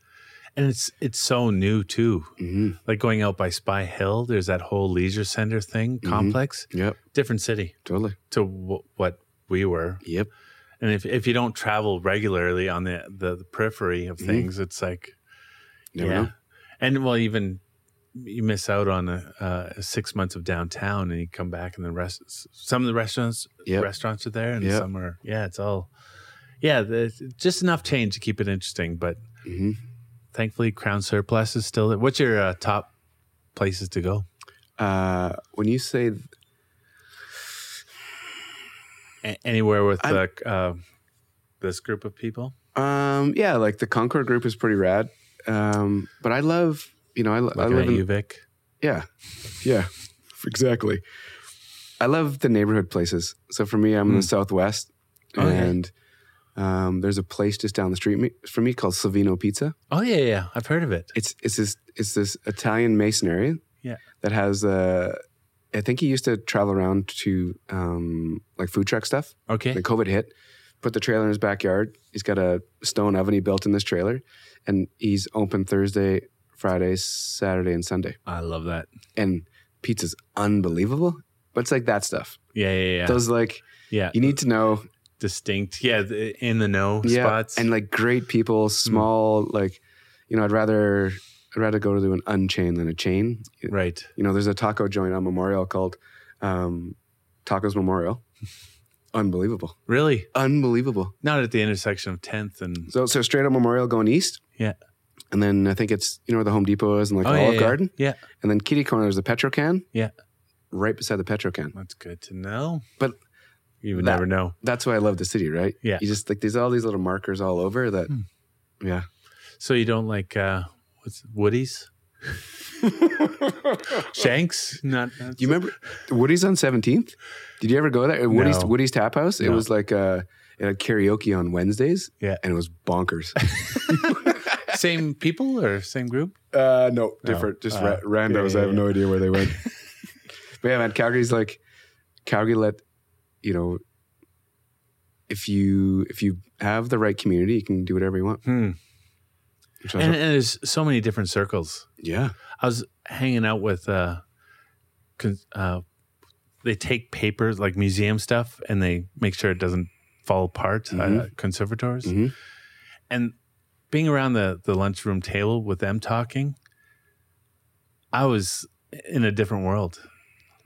Speaker 2: and it's it's so new too.
Speaker 1: Mhm.
Speaker 2: like going out by Spy Hill, there's that whole leisure center thing
Speaker 1: Mm-hmm.
Speaker 2: complex.
Speaker 1: Yep,
Speaker 2: Different city
Speaker 1: totally.
Speaker 2: to w- what we were,
Speaker 1: Yep,
Speaker 2: and if if you don't travel regularly on the the, the periphery of things, it's like
Speaker 1: Mm-hmm. Never
Speaker 2: yeah,
Speaker 1: know.
Speaker 2: and well even you miss out on a, uh, six months of downtown, and you come back and the rest some of the restaurants
Speaker 1: Yep.
Speaker 2: restaurants are there, and
Speaker 1: Yep.
Speaker 2: some are yeah, it's all yeah, the, just enough change to keep it interesting, but.
Speaker 1: Mhm.
Speaker 2: Thankfully, Crown Surplus is still there. What's your uh, top places to go?
Speaker 1: Uh, when you say
Speaker 2: A- anywhere with
Speaker 1: I'm-
Speaker 2: uh, uh, this group of people.
Speaker 1: um, yeah, like the Concord group is pretty rad. Um, but I love you know I, lo- I
Speaker 2: Looking
Speaker 1: live
Speaker 2: at
Speaker 1: in
Speaker 2: you, Vic.
Speaker 1: Yeah. Yeah. Exactly. I love the neighborhood places. So for me, I'm in the Southwest.
Speaker 2: Okay.
Speaker 1: And um, there's a place just down the street me- from me called Savino Pizza.
Speaker 2: Oh yeah, yeah. I've heard of it.
Speaker 1: It's it's this it's this Italian masonry
Speaker 2: Yeah.
Speaker 1: that has uh I think he used to travel around to um, like food truck stuff.
Speaker 2: Okay.
Speaker 1: The COVID hit, put the trailer in his backyard. He's got a stone oven he built in this trailer, and he's open Thursday, Friday, Saturday, and Sunday
Speaker 2: I love that.
Speaker 1: and pizza's unbelievable. But it's like that stuff.
Speaker 2: Yeah, yeah, yeah.
Speaker 1: Those like
Speaker 2: yeah.
Speaker 1: you need to know,
Speaker 2: Distinct. Yeah, the, in the know
Speaker 1: yeah,
Speaker 2: spots. Hmm.
Speaker 1: and like great people, small like, you know, I'd rather I'd rather go to an unchain than a chain.
Speaker 2: right.
Speaker 1: You know, there's a taco joint on Memorial called um, Tacos Memorial. unbelievable,
Speaker 2: Really.
Speaker 1: unbelievable.
Speaker 2: Not at the intersection of 10th and
Speaker 1: So so straight up Memorial going east.
Speaker 2: Yeah.
Speaker 1: And then I think it's you know where the Home Depot is and like
Speaker 2: oh, yeah,
Speaker 1: Olive
Speaker 2: yeah,
Speaker 1: Garden,
Speaker 2: Yeah.
Speaker 1: and then kitty corner there's a Petrocan.
Speaker 2: Yeah.
Speaker 1: Right beside the Petrocan.
Speaker 2: That's good to know.
Speaker 1: But
Speaker 2: you would
Speaker 1: that-
Speaker 2: never know.
Speaker 1: that's why I love the city, right?
Speaker 2: Yeah.
Speaker 1: You just like there's all these little markers all over that.
Speaker 2: Hmm.
Speaker 1: Yeah.
Speaker 2: So you don't like uh what's Woody's? Shanks? Not, not
Speaker 1: You remember Woody's on 17th? Did you ever go there? Woody's
Speaker 2: No.
Speaker 1: Woody's Tap House. It
Speaker 2: No.
Speaker 1: was like uh it had karaoke on Wednesdays.
Speaker 2: Yeah.
Speaker 1: And it was bonkers.
Speaker 2: same people or same group?
Speaker 1: uh no, different. Just
Speaker 2: Uh,
Speaker 1: ra- randos.
Speaker 2: yeah,
Speaker 1: I have no idea where they went. but yeah, man, Calgary's like Calgary let you know if you if you have the right community, you can do whatever you want.
Speaker 2: Hmm.
Speaker 1: Which I was
Speaker 2: And, and
Speaker 1: like,
Speaker 2: there's so many different circles.
Speaker 1: yeah.
Speaker 2: I was hanging out with uh, cons- uh they take papers like museum stuff and they make sure it doesn't fall apart uh,
Speaker 1: Mhm.
Speaker 2: conservators
Speaker 1: Mhm.
Speaker 2: and being around the the lunchroom table with them talking I was in a different world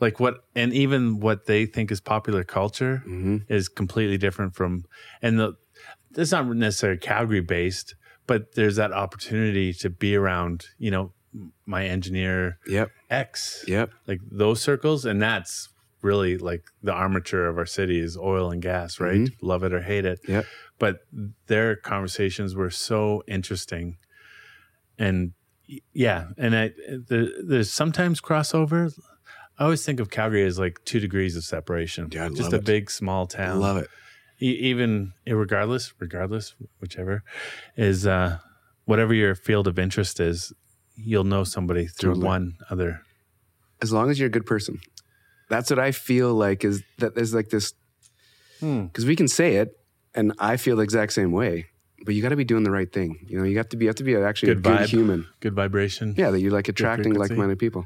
Speaker 2: like what and even what they think is popular culture
Speaker 1: hmm
Speaker 2: is completely different from and the it's not necessarily calgary based but there's that opportunity to be around you know my engineer
Speaker 1: Yep.
Speaker 2: x
Speaker 1: Yep.
Speaker 2: like those circles and that's really like the armature of our city is oil and gas, right?
Speaker 1: Mm-hmm.
Speaker 2: Love it or hate it.
Speaker 1: Yep.
Speaker 2: But their conversations were so interesting, and y- yeah, and I the, there's sometimes crossover. I always think of Calgary as like two degrees of separation.
Speaker 1: Yeah, I
Speaker 2: just
Speaker 1: love
Speaker 2: a
Speaker 1: it.
Speaker 2: big small
Speaker 1: I
Speaker 2: town
Speaker 1: love it.
Speaker 2: e- even regardless, regardless, whichever is uh, whatever your field of interest is, you'll know somebody through
Speaker 1: Totally.
Speaker 2: one other.
Speaker 1: As long as you're a good person. That's what I feel like is that there's like this
Speaker 2: Hmm.
Speaker 1: because we can say it and I feel the exact same way, but you got to be doing the right thing. You know, you have to be, you have to be actually
Speaker 2: Good
Speaker 1: a good
Speaker 2: vibe.
Speaker 1: human.
Speaker 2: Good vibration.
Speaker 1: Yeah. That you're like attracting
Speaker 2: frequency.
Speaker 1: like minded people.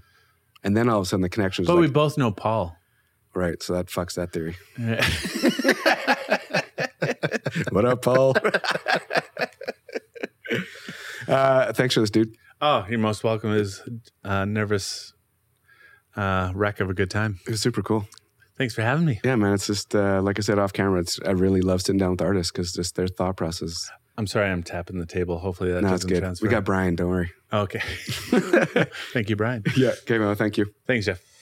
Speaker 1: And then all of a sudden the connections,
Speaker 2: but
Speaker 1: like,
Speaker 2: we both know Paul.
Speaker 1: right. So that fucks that theory.
Speaker 2: Yeah.
Speaker 1: what up, Paul? uh, thanks for this, dude.
Speaker 2: oh, you're most welcome. Is uh, nervous uh, wreck of a good time.
Speaker 1: It was super cool.
Speaker 2: Thanks for having me.
Speaker 1: Yeah, man. It's just uh, like I said off camera. It's I really love sitting down with artists because just their thought process.
Speaker 2: I'm sorry, I'm tapping the table. Hopefully that
Speaker 1: no, it's
Speaker 2: doesn't
Speaker 1: good.
Speaker 2: transfer.
Speaker 1: We got Brian. Don't worry.
Speaker 2: okay. Thank you, Brian.
Speaker 1: Yeah. Okay, man. Thank you.
Speaker 2: Thanks, Jeff.